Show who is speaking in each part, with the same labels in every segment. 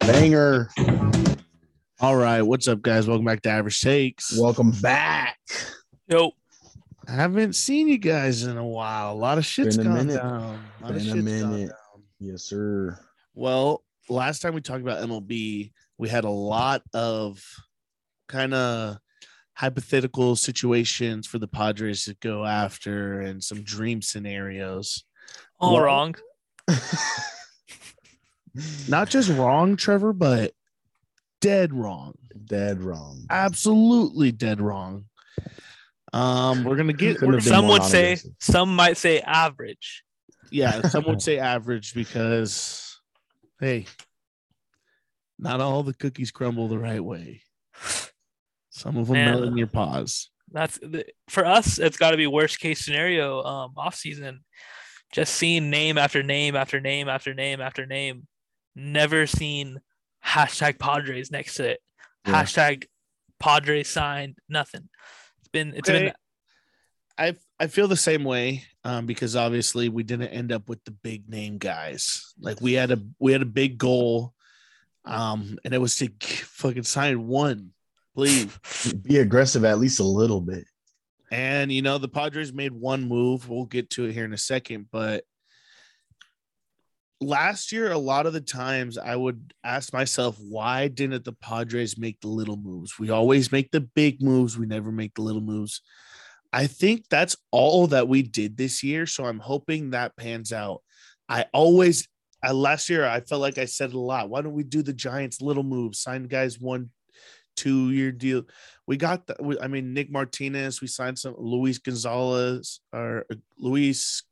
Speaker 1: Banger.
Speaker 2: All right, what's up, guys? Welcome back to Average Takes.
Speaker 1: Welcome back.
Speaker 3: Yo,
Speaker 2: I haven't seen you guys in a while. A lot of shit's
Speaker 1: Been a
Speaker 2: gone
Speaker 1: minute.
Speaker 2: down. A lot of
Speaker 1: Been a
Speaker 2: shit's gone
Speaker 1: minute.
Speaker 2: down.
Speaker 1: Yes, sir.
Speaker 2: Well, last time we talked about MLB, we had a lot of kind of hypothetical situations for the Padres to go after and some dream scenarios.
Speaker 3: all
Speaker 2: Well-
Speaker 3: wrong.
Speaker 2: Not just wrong, Trevor, but dead wrong.
Speaker 1: Dead wrong.
Speaker 2: Absolutely dead wrong. Um, we're gonna get
Speaker 1: Couldn't have been
Speaker 3: Some
Speaker 1: more
Speaker 3: would say,
Speaker 1: non-aggressive.
Speaker 3: some might say average.
Speaker 2: yeah, some would say average because hey, not all the cookies crumble the right way. Some of them
Speaker 3: Man.
Speaker 2: melt in your paws.
Speaker 3: That's the, for us. It's got to be worst case scenario. Um, off season, just seeing name after name after name after name after name. Never seen hashtag Padres next to it.
Speaker 1: Yeah.
Speaker 3: Hashtag Padres signed nothing. It's been it's been
Speaker 2: Okay. I I feel the same way um, because obviously we didn't end up with the big name guys. Like we had a we had a big goal, um, and it was to g- fucking sign one, please.
Speaker 1: Be aggressive at least a little bit.
Speaker 2: And you know, the Padres made one move. We'll get to it here in a second, but last year a lot of the times I would ask myself why didn't the Padres make the little moves? We always make the big moves, we never make the little moves. I think that's all that we did this year, so I'm hoping that pans out. I always I, last year I felt like I said it a lot. Why don't we do the Giants little moves? Sign guys one two year deal we got the, we, I mean Nick Martinez, we signed some Luis Gonzalez or uh, Luis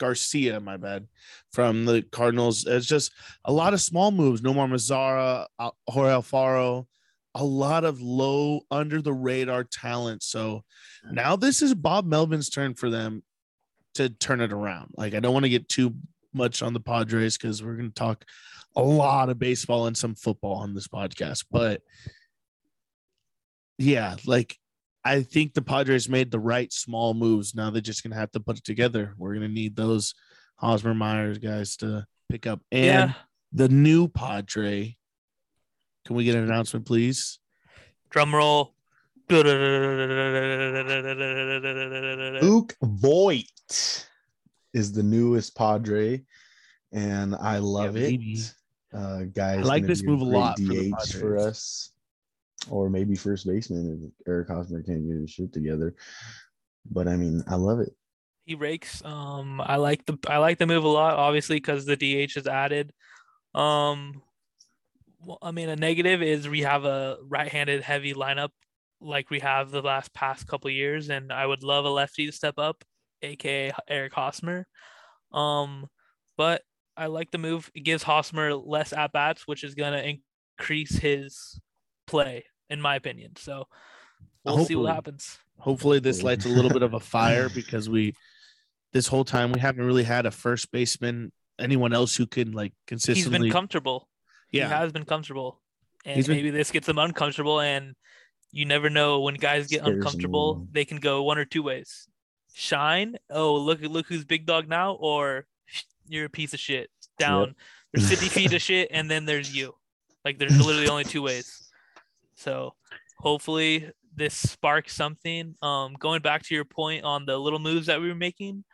Speaker 2: Garcia, my bad, from the Cardinals. It's just a lot of small moves. No more Mazzara, uh, Jorge Alfaro, a lot of low under the radar talent. So now this is Bob Melvin's turn for them to turn it around. Like I don't want to get too much on the Padres because we're going to talk a lot of baseball and some football on this podcast, but yeah, like I think the Padres made the right small moves. Now they're just gonna have to put it together. We're gonna need those Hosmer Myers guys to pick up. And
Speaker 3: yeah.
Speaker 2: the new Padre. Can we get an announcement, please?
Speaker 3: Drum roll.
Speaker 1: Luke Voigt is the newest Padre, and I love
Speaker 2: Yeah, baby.
Speaker 1: it. Uh, guys,
Speaker 2: I like this move a lot for the
Speaker 1: DH for
Speaker 2: Padres.
Speaker 1: us, or maybe first baseman if Eric Hosmer can't get his shit together. But I mean, I love it.
Speaker 3: He rakes. Um, I like the I like the move a lot, obviously, because the DH is added. Um, well, I mean, a negative is we have a right-handed heavy lineup like we have the last past couple years, and I would love a lefty to step up, aka Eric Hosmer. Um, but I like the move. It gives Hosmer less at bats, which is gonna increase his play, in my opinion. So we'll see
Speaker 2: Hopefully.
Speaker 3: what happens.
Speaker 2: Hopefully, this
Speaker 1: Ooh.
Speaker 2: lights a little bit of a fire because we, this whole time, we haven't really had a first baseman, anyone else who can like
Speaker 3: He's
Speaker 2: consistently.
Speaker 3: been comfortable. he
Speaker 2: yeah,
Speaker 3: has been comfortable, and
Speaker 2: He's been-
Speaker 3: maybe this gets them uncomfortable. And you never know when guys get
Speaker 1: Scares them
Speaker 3: uncomfortable,
Speaker 1: along.
Speaker 3: they can go one or two ways: shine, oh look look who's big dog now, or you're a piece of shit down. There's 50 feet of shit, and then there's you. Like there's literally only two ways. So hopefully this sparks something. Um, going back to your point on the little moves that we were making,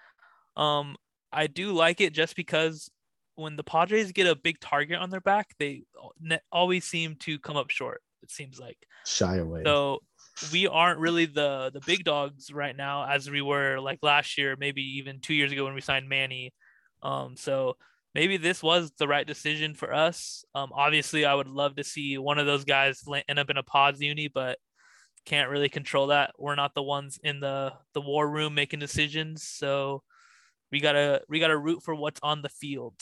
Speaker 3: um, I do like it just because when the Padres get a big target on their back, they al- ne- always seem to come up short. It seems like
Speaker 1: Shy away.
Speaker 3: so we aren't really the the big dogs right now as we were like last year, maybe even two years ago when we signed Manny. Um, so maybe this was the right decision for us. Um, obviously, I would love to see one of those guys la- end up in a pods uni, but can't really control that. We're not the ones in the the war room making decisions, so we gotta we gotta root for what's on the field.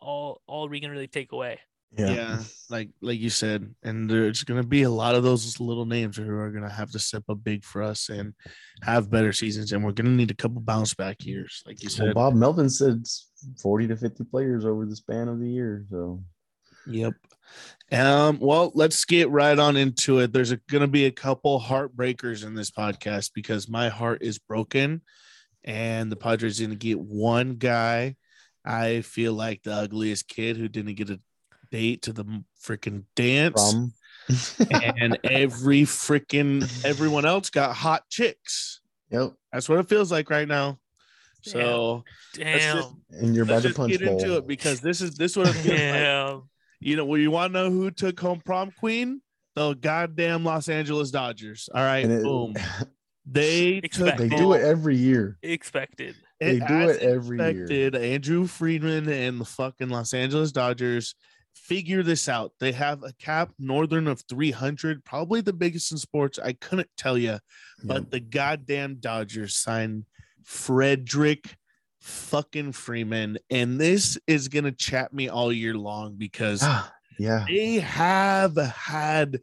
Speaker 3: All all we can really take away.
Speaker 2: yeah, like like you said, and there's gonna be a lot of those little names who are gonna have to step up big for us and have better seasons, and we're gonna need a couple bounce back years, like you
Speaker 1: Well,
Speaker 2: said.
Speaker 1: Bob Melvin said it's 40 to 50 players over the span of the year. So
Speaker 2: Yep. Um, well, let's get right on into it. There's a- gonna be a couple heartbreakers in this podcast because my heart is broken, and the Padres gonna get one guy I feel like the ugliest kid who didn't get a date to the freaking dance,
Speaker 1: From
Speaker 2: and every freaking everyone else got hot chicks.
Speaker 1: yep,
Speaker 2: That's what it feels like right now. So
Speaker 3: Damn.
Speaker 2: just-
Speaker 1: and you're about
Speaker 2: let's
Speaker 1: to
Speaker 2: just
Speaker 1: punch
Speaker 2: get
Speaker 1: bowl.
Speaker 2: into it because this is this what it feels like.
Speaker 3: Damn.
Speaker 2: You know, well, you want to know who took home prom queen? The goddamn Los Angeles Dodgers. All right,
Speaker 1: And it-
Speaker 2: boom. They took
Speaker 3: Expect-
Speaker 1: they do it every year.
Speaker 3: Expected.
Speaker 1: They do
Speaker 2: as
Speaker 1: it every year.
Speaker 2: expected, Andrew Friedman and the fucking Los Angeles Dodgers figure this out. They have a cap northern of 300, probably the biggest in sports. I couldn't tell you, but the goddamn Dodgers signed Frederick fucking Freeman. And this is going to chat me all year long because
Speaker 1: Yep. yeah,
Speaker 2: they have had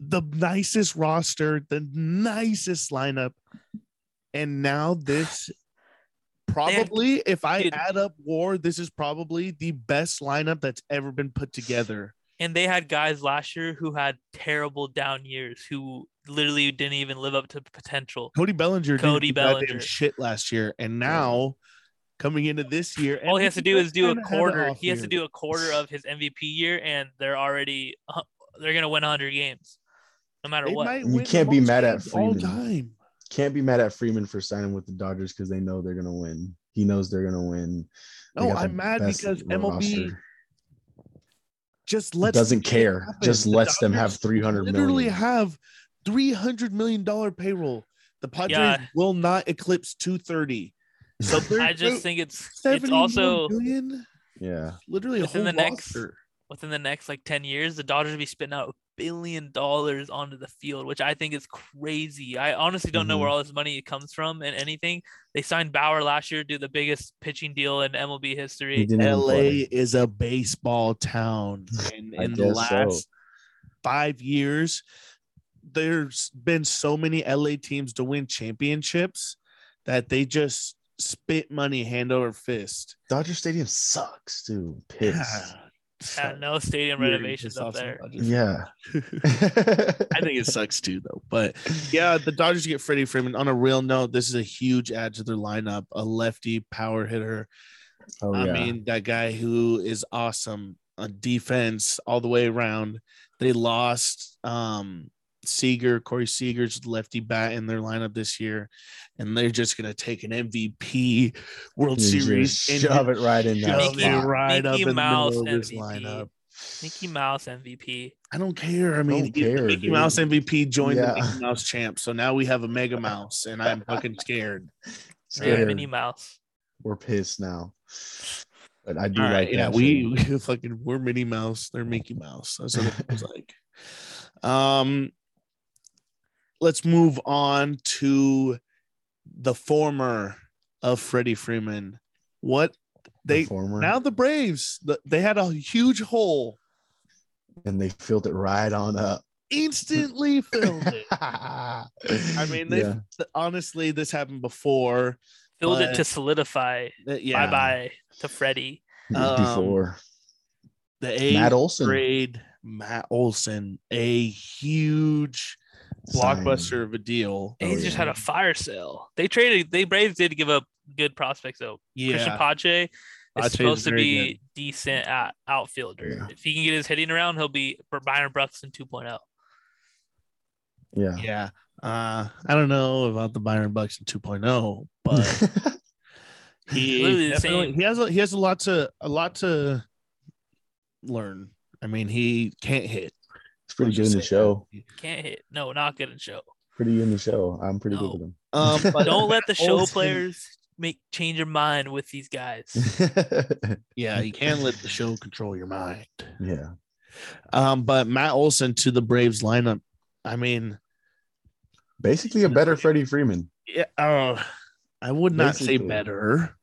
Speaker 2: the nicest roster, the nicest lineup, and now this probably, if I
Speaker 3: Dude.
Speaker 2: add up WAR, this is probably the best lineup that's ever been put together.
Speaker 3: And they had guys last year who had terrible down years who literally didn't even live up to potential.
Speaker 2: Cody Bellinger, did
Speaker 3: Cody Bellinger.
Speaker 2: shit last year, and now coming into this year, and
Speaker 3: All he has to do is do a
Speaker 2: kinda had an
Speaker 3: quarter.
Speaker 2: off
Speaker 3: He has to
Speaker 2: year.
Speaker 3: do a quarter of his MVP year, and they're already uh, they're gonna win 100 games, no matter
Speaker 2: They
Speaker 3: what.
Speaker 2: might
Speaker 1: You
Speaker 2: win the
Speaker 1: can't be
Speaker 2: most
Speaker 1: mad at
Speaker 2: games all
Speaker 1: Freeman.
Speaker 2: time.
Speaker 1: can't be mad at Freeman for signing with the Dodgers because they know they're gonna win. He knows they're gonna win. They
Speaker 2: No,
Speaker 1: got the
Speaker 2: I'm mad
Speaker 1: best
Speaker 2: because MLB
Speaker 1: roster.
Speaker 2: just lets
Speaker 1: doesn't
Speaker 2: shit
Speaker 1: care.
Speaker 2: happen.
Speaker 1: Just
Speaker 2: The
Speaker 1: lets them
Speaker 2: Dodgers
Speaker 1: have 300 million.
Speaker 2: literally have 300 million dollar payroll. The Padres
Speaker 3: Yeah.
Speaker 2: will not eclipse 230. So they're-
Speaker 3: I just think it's it's
Speaker 2: 71
Speaker 3: also
Speaker 2: billion?
Speaker 1: yeah,
Speaker 2: literally a whole
Speaker 3: within the next-
Speaker 2: roster.
Speaker 3: within the next like 10 years, the Dodgers will be spitting out a billion dollars onto the field, which I think is crazy. I honestly don't know
Speaker 2: Mm-hmm.
Speaker 3: where all this money comes from and anything. They signed Bauer last year to do the biggest pitching deal in MLB
Speaker 1: he
Speaker 3: history.
Speaker 1: didn't even
Speaker 2: LA
Speaker 1: play.
Speaker 2: is a baseball town, and
Speaker 1: I
Speaker 2: in the
Speaker 1: guess so.
Speaker 2: last five years, there's been so many LA teams to win championships that they just spit money hand over fist.
Speaker 1: Dodger Stadium sucks, dude. Pissed.
Speaker 3: Yeah, no stadium
Speaker 2: Really
Speaker 3: renovations
Speaker 2: pissed
Speaker 3: up
Speaker 2: off some
Speaker 3: there.
Speaker 2: Dodgers
Speaker 1: Yeah.
Speaker 2: I think it sucks too, though. But yeah, the Dodgers get Freddie Freeman. On a real note, this is a huge add to their lineup. A lefty power hitter.
Speaker 1: oh,
Speaker 2: I
Speaker 1: yeah.
Speaker 2: mean, that guy who is awesome on defense all the way around. They lost um Seager, Corey Seager's lefty bat in their lineup this year, and they're just gonna take an MVP World
Speaker 1: You just
Speaker 2: Series and
Speaker 1: shove it right in that
Speaker 2: shove
Speaker 3: Mickey-
Speaker 2: it
Speaker 1: spot.
Speaker 2: right up
Speaker 3: Mickey
Speaker 2: in the
Speaker 3: Mouse
Speaker 2: middle of this
Speaker 3: MVP.
Speaker 2: lineup.
Speaker 3: Mickey Mouse MVP.
Speaker 2: I don't care. I mean,
Speaker 1: don't
Speaker 2: if the
Speaker 1: care,
Speaker 2: Mickey
Speaker 1: dude.
Speaker 2: Mouse MVP joined
Speaker 1: Yeah.
Speaker 2: the Mickey Mouse champ, so now we have a Mega Mouse, and I'm fucking scared.
Speaker 3: Yeah,
Speaker 1: Scared.
Speaker 3: Minnie Mouse.
Speaker 1: We're pissed now. But I do
Speaker 2: All
Speaker 1: like
Speaker 2: right, yeah,
Speaker 1: that
Speaker 2: we,
Speaker 1: shit.
Speaker 2: we fucking we're Minnie Mouse, they're Mickey Mouse. That's what it feels like. Um, let's move on to the former of Freddie Freeman. What
Speaker 1: The
Speaker 2: they
Speaker 1: former,
Speaker 2: now the Braves the- they had a huge hole
Speaker 1: and they filled it right on up.
Speaker 2: instantly filled it.
Speaker 1: I
Speaker 2: I mean, they
Speaker 1: yeah.
Speaker 2: honestly this happened before.
Speaker 3: Filled it
Speaker 2: But-
Speaker 3: to solidify.
Speaker 2: That- Yeah,
Speaker 3: Bye bye to Freddie.
Speaker 2: um,
Speaker 1: before
Speaker 2: the A's
Speaker 1: Matt Olson
Speaker 2: trade Matt Olson, a huge
Speaker 1: signed.
Speaker 2: blockbuster of a deal.
Speaker 1: Oh,
Speaker 3: A's just had
Speaker 1: yeah.
Speaker 3: a fire sale. They traded. They Braves did give up good prospects though. Christian Pache is
Speaker 2: Pache's
Speaker 3: supposed to
Speaker 2: very
Speaker 3: be decent at outfielder.
Speaker 1: Yeah.
Speaker 3: If he can get his hitting around, he'll be Byron Buxton 2.0.
Speaker 1: Yeah.
Speaker 2: Yeah. Uh, I don't know about the Byron Buxton 2.0, but
Speaker 3: Literally
Speaker 2: he
Speaker 3: the
Speaker 2: definitely-
Speaker 3: same.
Speaker 2: he has a, he has a lot to a lot to learn. I mean, he can't hit.
Speaker 1: it's pretty
Speaker 2: Let's
Speaker 1: good
Speaker 2: just
Speaker 1: in the
Speaker 2: say
Speaker 1: show.
Speaker 2: that.
Speaker 3: Can't hit. No, not good in show.
Speaker 1: Pretty good in the show. I'm pretty
Speaker 3: No.
Speaker 1: good with him.
Speaker 2: Um, but
Speaker 3: Don't let the show
Speaker 2: Olsen-
Speaker 3: players make change your mind with these guys.
Speaker 2: yeah, you can't let the show control your mind.
Speaker 1: yeah.
Speaker 2: Um, but Matt Olson to the Braves lineup. I mean,
Speaker 1: Basically a better Freddie Freeman.
Speaker 2: yeah, uh, I would not say
Speaker 1: Basically.
Speaker 2: better.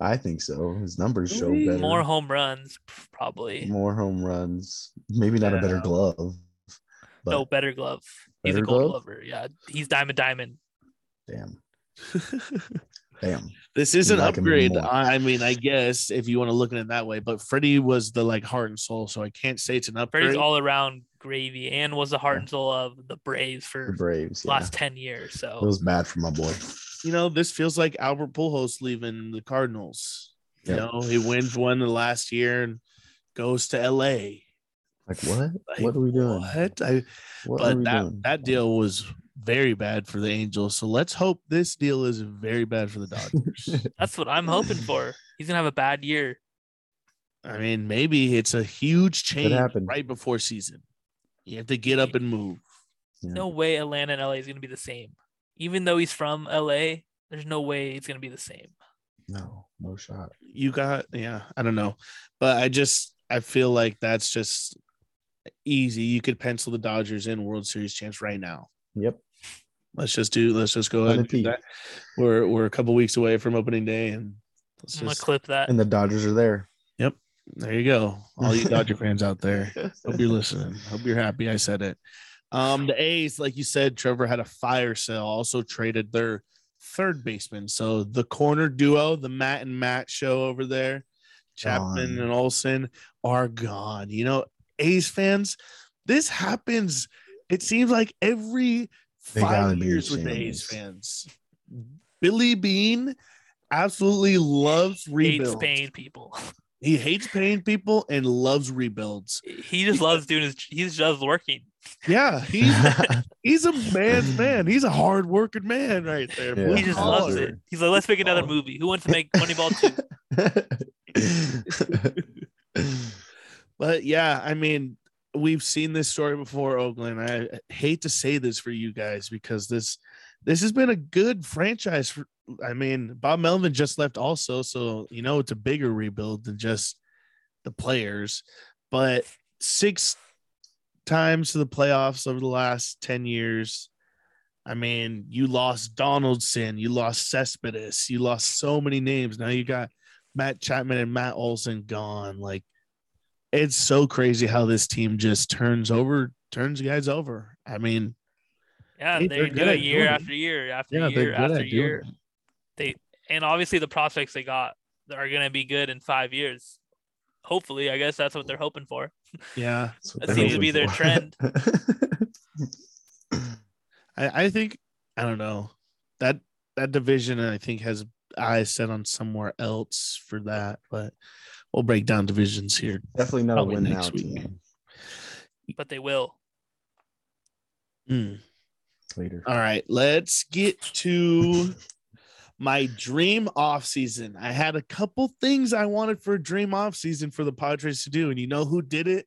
Speaker 1: I think so. His numbers show
Speaker 2: Really?
Speaker 1: better.
Speaker 3: More
Speaker 1: More,
Speaker 3: home runs, p- probably.
Speaker 1: home runs. Maybe not a better
Speaker 2: Yeah.
Speaker 1: glove. But
Speaker 3: No better glove. He's a
Speaker 1: Better
Speaker 3: gold
Speaker 1: glove?
Speaker 3: glover. Yeah, he's diamond diamond.
Speaker 1: damn. Damn.
Speaker 2: This is an
Speaker 1: like him
Speaker 2: upgrade.
Speaker 1: more.
Speaker 2: I I mean, I guess if you want to look at it that way, but Freddie was the like heart and soul, so I can't say it's an upgrade.
Speaker 3: Brady's all around gravy and was the heart and soul of the Braves
Speaker 1: The
Speaker 3: for
Speaker 1: Braves.
Speaker 3: the
Speaker 1: Yeah.
Speaker 3: last 10 years.
Speaker 1: It
Speaker 3: So
Speaker 1: was bad for my boy.
Speaker 2: you know, this feels like Albert Pujols leaving the Cardinals. You
Speaker 1: Yeah.
Speaker 2: know, he wins one the last year and goes to LA.
Speaker 1: Like what?
Speaker 2: Like,
Speaker 1: what are we doing?
Speaker 2: What? I,
Speaker 1: What are
Speaker 2: but
Speaker 1: we
Speaker 2: that
Speaker 1: doing? Oh,
Speaker 2: that deal was very bad for the Angels. So let's hope this deal is very bad for the Dodgers.
Speaker 3: That's what I'm hoping for. He's gonna have a bad year.
Speaker 2: I mean, maybe it's a huge change
Speaker 1: happen.
Speaker 2: right before season. You have to get up and move.
Speaker 3: No way Atlanta and LA is gonna be the same. Even though he's from LA, there's no way it's gonna be the same.
Speaker 1: No, no shot.
Speaker 2: You got yeah, I don't know. But I just I feel like that's just easy. You could pencil the Dodgers in World Series chance right now.
Speaker 1: Yep.
Speaker 2: Let's just do let's just go ahead and do
Speaker 1: Unappeased.
Speaker 2: that. We're we're a couple weeks away from opening day and let's
Speaker 3: I'm gonna
Speaker 2: just,
Speaker 3: clip that.
Speaker 1: And the Dodgers are there.
Speaker 2: there you go. All you Dodger fans out there. Hope you're listening. Hope you're happy I said it. Um, the A's, like you said, Trevor had a fire sale, also traded their third baseman. So the corner duo, the Matt and Matt show over there, Chapman
Speaker 1: Gone.
Speaker 2: and Olson are gone. You know, A's fans, this happens. It seems like every
Speaker 1: They gotta
Speaker 2: five
Speaker 1: be
Speaker 2: years with the
Speaker 1: ashamed.
Speaker 2: A's fans. Billy Bean absolutely loves
Speaker 3: Hates
Speaker 2: rebuilds.
Speaker 3: Spain people.
Speaker 2: He hates paying people and loves rebuilds.
Speaker 3: He just loves doing his. He just loves working.
Speaker 2: Yeah, he's he's a man's man. He's a hard working man right there.
Speaker 1: Yeah.
Speaker 2: blue
Speaker 3: He just loves
Speaker 2: collar.
Speaker 3: it. He's like, let's make another movie. Who wants to make Moneyball two?
Speaker 2: But yeah, I mean, we've seen this story before, Oakland. I hate to say this for you guys because this this has been a good franchise for I mean, Bob Melvin just left also, so you know it's a bigger rebuild than just the players. But six times to the playoffs over the last 10 years. I mean, you lost Donaldson, you lost Cespedes, you lost so many names. Now you got Matt Chapman and Matt Olson gone. Like it's so crazy how this team just turns over, turns guys over. I mean,
Speaker 3: Yeah,
Speaker 2: Hey,
Speaker 3: they
Speaker 2: they're
Speaker 3: do
Speaker 2: good
Speaker 3: it
Speaker 2: at
Speaker 3: year
Speaker 2: doing it.
Speaker 3: after year after year after year. And obviously, the prospects they got are going to be good in five years. Hopefully, I guess that's what they're hoping for.
Speaker 2: yeah,
Speaker 3: That seems to be their trend.
Speaker 2: I, I think I don't know that that division. I think has eyes set on somewhere else for that, but we'll break down divisions here.
Speaker 1: Definitely not
Speaker 2: Probably
Speaker 1: a win now
Speaker 2: next week.
Speaker 1: team.
Speaker 3: But they will.
Speaker 2: Mm.
Speaker 1: Later.
Speaker 2: All right, let's get to my dream off season. I had a couple things I wanted for a dream off season for the Padres to do, and you know who did it?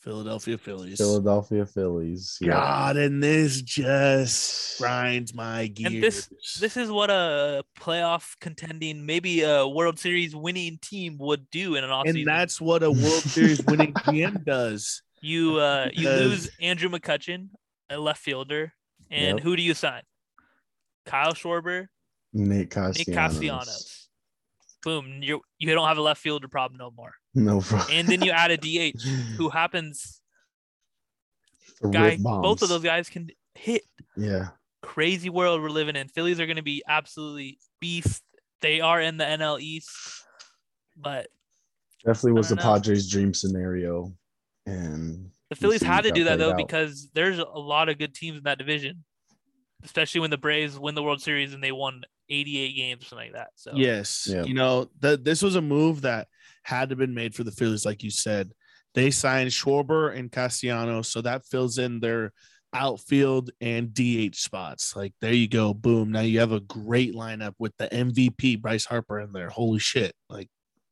Speaker 2: Philadelphia Phillies.
Speaker 1: Philadelphia Phillies. Yeah.
Speaker 2: God, and this just grinds my gears.
Speaker 3: And this- This is what a playoff contending, maybe a World Series winning team would do in an offseason.
Speaker 2: and that's what a World Series winning GM does.
Speaker 3: you uh, you
Speaker 2: Because-
Speaker 3: lose Andrew McCutcheon, a left fielder, and
Speaker 1: Yep.
Speaker 3: who do you sign? Kyle Schwarber,
Speaker 1: Nick
Speaker 3: Nick
Speaker 1: Castellanos.
Speaker 3: Castellanos. Boom! You you don't have a left fielder problem no more.
Speaker 1: No problem.
Speaker 3: And then you add a DH who happens
Speaker 1: With
Speaker 3: guy. Both
Speaker 1: bombs.
Speaker 3: of those guys can hit.
Speaker 1: Yeah.
Speaker 3: Crazy world we're living in. Phillies are going to be absolutely beast. They are in the NL East, but
Speaker 1: Definitely was the
Speaker 3: don't know.
Speaker 1: Padres' dream scenario. And
Speaker 3: the Phillies
Speaker 1: see
Speaker 3: had to
Speaker 1: how
Speaker 3: do
Speaker 1: it
Speaker 3: that
Speaker 1: played
Speaker 3: though
Speaker 1: out.
Speaker 3: because there's a lot of good teams in that division, especially when the Braves win the World Series and they won 88 games, something like that. So
Speaker 2: Yes.
Speaker 1: Yeah.
Speaker 2: You know, th- this was a move that had to been made for the Phillies, like you said. They signed Schwarber and Castellanos, so that fills in their outfield and DH spots. Like there you go, boom. Now you have a great lineup with the MVP Bryce Harper in there. Holy shit! Like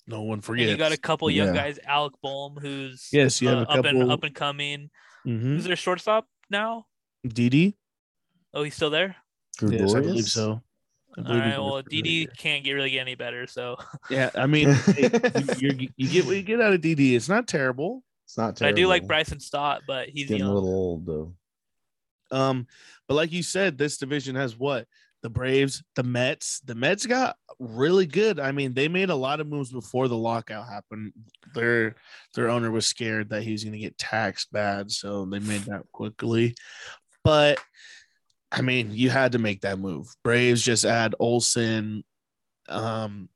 Speaker 2: no one
Speaker 3: and
Speaker 2: forgets.
Speaker 3: you got a couple young
Speaker 1: Yeah.
Speaker 3: guys, Alec Bohm, who's
Speaker 2: yes, you have
Speaker 3: uh,
Speaker 2: a
Speaker 3: up
Speaker 2: couple.
Speaker 3: and up and coming.
Speaker 2: Mhm.
Speaker 3: Who's their shortstop now?
Speaker 2: DD.
Speaker 3: Oh, he's still there.
Speaker 2: Yes, I believe
Speaker 1: Gregorius?
Speaker 2: so. I
Speaker 3: All
Speaker 2: believe he's
Speaker 3: right. Well,
Speaker 2: with the
Speaker 3: DD
Speaker 2: Raiders.
Speaker 3: can't get really get any better. So
Speaker 2: Yeah, I mean, it- you, you're- you get what you get out of DD. It's not terrible.
Speaker 1: It's not
Speaker 3: but I
Speaker 1: terrible.
Speaker 3: do like Bryson Stott, but he's
Speaker 1: Getting
Speaker 3: young.
Speaker 1: a little old though.
Speaker 2: Um, but like you said, this division has what the Braves, the Mets. The Mets got really good. I mean, they made a lot of moves before the lockout happened. Their their owner was scared that he was going to get taxed bad, so they made that quickly. But I mean, you had to make that move. Braves just add Olson. Um,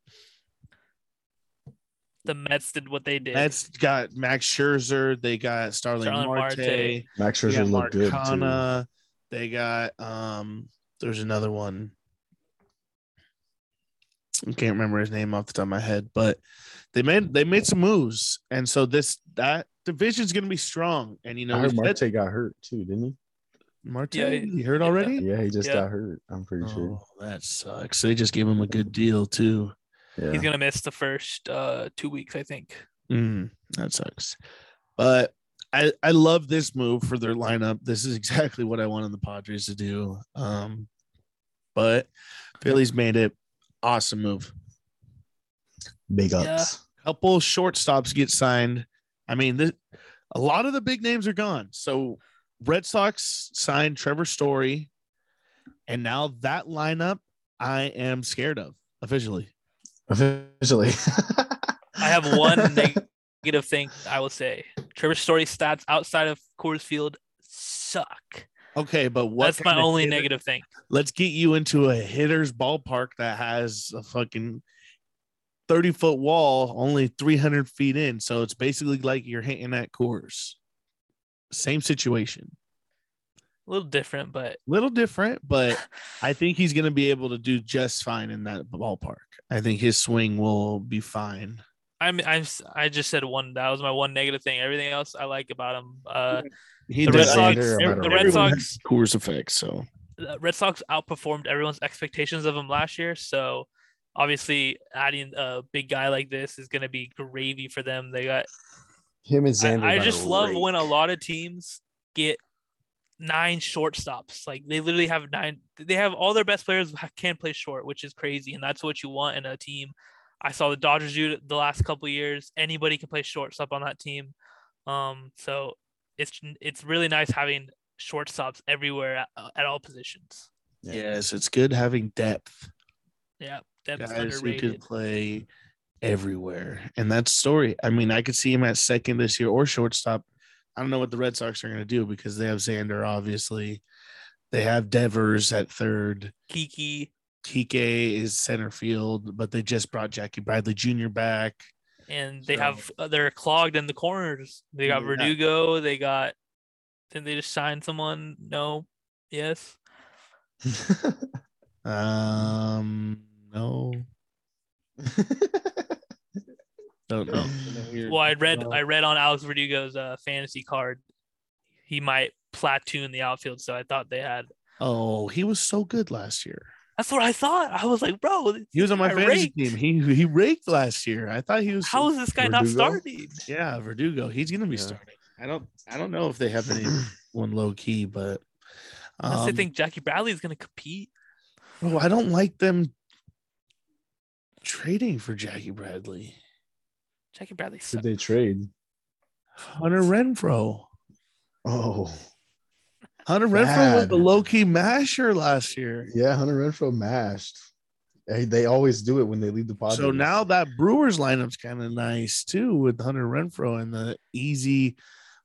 Speaker 3: the Mets did what they did.
Speaker 2: Mets got Max Scherzer. They got Starling,
Speaker 3: Starling
Speaker 2: Marte.
Speaker 3: Marte.
Speaker 1: Max
Speaker 2: They
Speaker 1: Scherzer
Speaker 2: got
Speaker 1: looked good too.
Speaker 2: Marcana. They got um. There's another one. I can't remember his name off the top of my head, but they made they made some moves, and so this that division's gonna be strong. And you know,
Speaker 1: I
Speaker 2: we
Speaker 1: heard
Speaker 2: said-
Speaker 1: Marte got hurt too, didn't
Speaker 2: Marte,
Speaker 3: Yeah, he-
Speaker 2: you heard already?
Speaker 1: he? Yeah, he just
Speaker 3: Yeah.
Speaker 1: got hurt. I'm pretty sure.
Speaker 2: Oh, that sucks. They just gave him a good deal too.
Speaker 1: Yeah.
Speaker 3: He's gonna miss the first uh two weeks, I think.
Speaker 2: Mm, that sucks. But I I love this move for their lineup. This is exactly what I wanted the Padres to do. Um, but Phillies made it. Awesome move.
Speaker 1: Big
Speaker 3: Yeah.
Speaker 1: ups.
Speaker 2: Couple shortstops get signed. I mean, this, a lot of the big names are gone. So Red Sox signed Trevor Story, and now that lineup I am scared of officially.
Speaker 1: Officially.
Speaker 3: I have one neg- negative thing I will say. Trevor Story stats outside of Coors Field suck.
Speaker 2: Okay, but what
Speaker 3: That's my
Speaker 2: kind of
Speaker 3: only
Speaker 2: hitter-
Speaker 3: negative thing.
Speaker 2: let's get you into a hitter's ballpark that has a fucking 30 foot wall only 300 feet in. So it's basically like you're hitting at course. Same situation.
Speaker 3: A little different, but
Speaker 2: Little different, but I think he's going to be able to do just fine in that ballpark. I think his swing will be fine.
Speaker 3: I'm I'm s- I just said one. That was my one negative thing. Everything else I like about him. Uh,
Speaker 2: He
Speaker 3: The
Speaker 1: Red
Speaker 2: does
Speaker 1: Sox-
Speaker 2: either,
Speaker 1: ev-
Speaker 2: no
Speaker 1: the
Speaker 2: matter
Speaker 1: Red
Speaker 2: what.
Speaker 3: Sox-
Speaker 2: Coors effect. So
Speaker 3: the Red Sox outperformed everyone's expectations of him last year. So obviously, adding a big guy like this is going to be gravy for them. They got.
Speaker 1: Him and
Speaker 3: I,
Speaker 1: Xander.
Speaker 3: I
Speaker 1: got
Speaker 3: just love
Speaker 1: raked.
Speaker 3: when a lot of teams get nine shortstops. Like they literally have nine. They have all their best players ha- can play short, which is crazy, and that's what you want in a team. I saw the Dodgers do it the last couple of years. Anybody can play shortstop on that team. Um, so it's it's really nice having shortstops everywhere at, at all positions.
Speaker 1: Yeah.
Speaker 2: yes, it's good having depth.
Speaker 3: Yeah, that's
Speaker 2: guys who
Speaker 3: underrated.
Speaker 2: could play everywhere. And that's story. I mean, I could see him at second this year or shortstop. I don't know what the Red Sox are going to do because they have Xander, obviously. They have Devers at third.
Speaker 3: Kiki
Speaker 2: Kike is center field, but they just brought Jackie Bradley Jr. back.
Speaker 3: and they
Speaker 2: So-
Speaker 3: have uh, they're clogged in the corners. They got
Speaker 2: Yeah.
Speaker 3: Verdugo. They got. Didn't they just sign someone? No. Yes.
Speaker 2: Um, no, don't know.
Speaker 3: Well, I read
Speaker 2: Uh,
Speaker 3: I read on Alex Verdugo's uh, fantasy card, he might platoon the outfield. So I thought they had.
Speaker 2: oh, he was so good last year.
Speaker 3: That's what I thought. I was like, bro,
Speaker 2: He was on my
Speaker 3: I
Speaker 2: fantasy
Speaker 3: raked.
Speaker 2: team. He he raked last year. I thought he was
Speaker 3: how is this guy not
Speaker 1: Verdugo?
Speaker 3: starting?
Speaker 2: Yeah, Verdugo. He's gonna be
Speaker 1: Yeah.
Speaker 2: starting. I don't. I don't know if they have anyone low key, but
Speaker 3: Unless they
Speaker 2: um,
Speaker 3: think Jackie Bradley is going to compete.
Speaker 2: bro, I don't like them trading for Jackie Bradley,
Speaker 3: Jackie Bradley
Speaker 1: Did
Speaker 3: sucks.
Speaker 1: they trade?
Speaker 2: Hunter Renfro.
Speaker 1: Oh,
Speaker 2: Hunter Renfro was
Speaker 1: Bad.
Speaker 2: the low key masher last year.
Speaker 1: yeah. Hunter Renfro mashed. Hey, they always do it when they leave the pod.
Speaker 2: So now that Brewers lineup's kind of nice too, with Hunter Renfro and the easy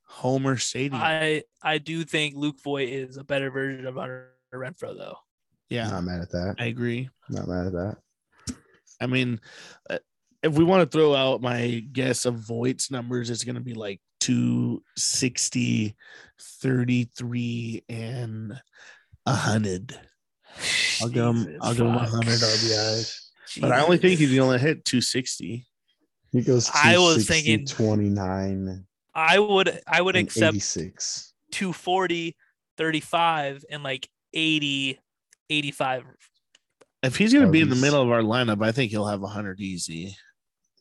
Speaker 2: Homer Stadium.
Speaker 3: I I do think Luke Voigt is a better version of Hunter Renfro though.
Speaker 2: yeah,
Speaker 1: Not mad at that.
Speaker 2: I agree.
Speaker 1: Not mad at that.
Speaker 2: I mean, uh, if we want to throw out my guess of Voight's numbers, it's going to be like 260, 33, and 100. I'll give him, I'll give him 100 RBIs. But I only think
Speaker 3: Jesus.
Speaker 2: he's going to hit 260.
Speaker 1: He goes.
Speaker 3: I
Speaker 1: 260,
Speaker 3: was thinking-
Speaker 1: 29
Speaker 3: I would I would
Speaker 1: and
Speaker 3: accept
Speaker 1: 86.
Speaker 3: 240, 35 and like 80 85
Speaker 2: If he's going to
Speaker 1: At
Speaker 2: be in the
Speaker 1: least.
Speaker 2: middle of our lineup, I think he'll have 100 easy,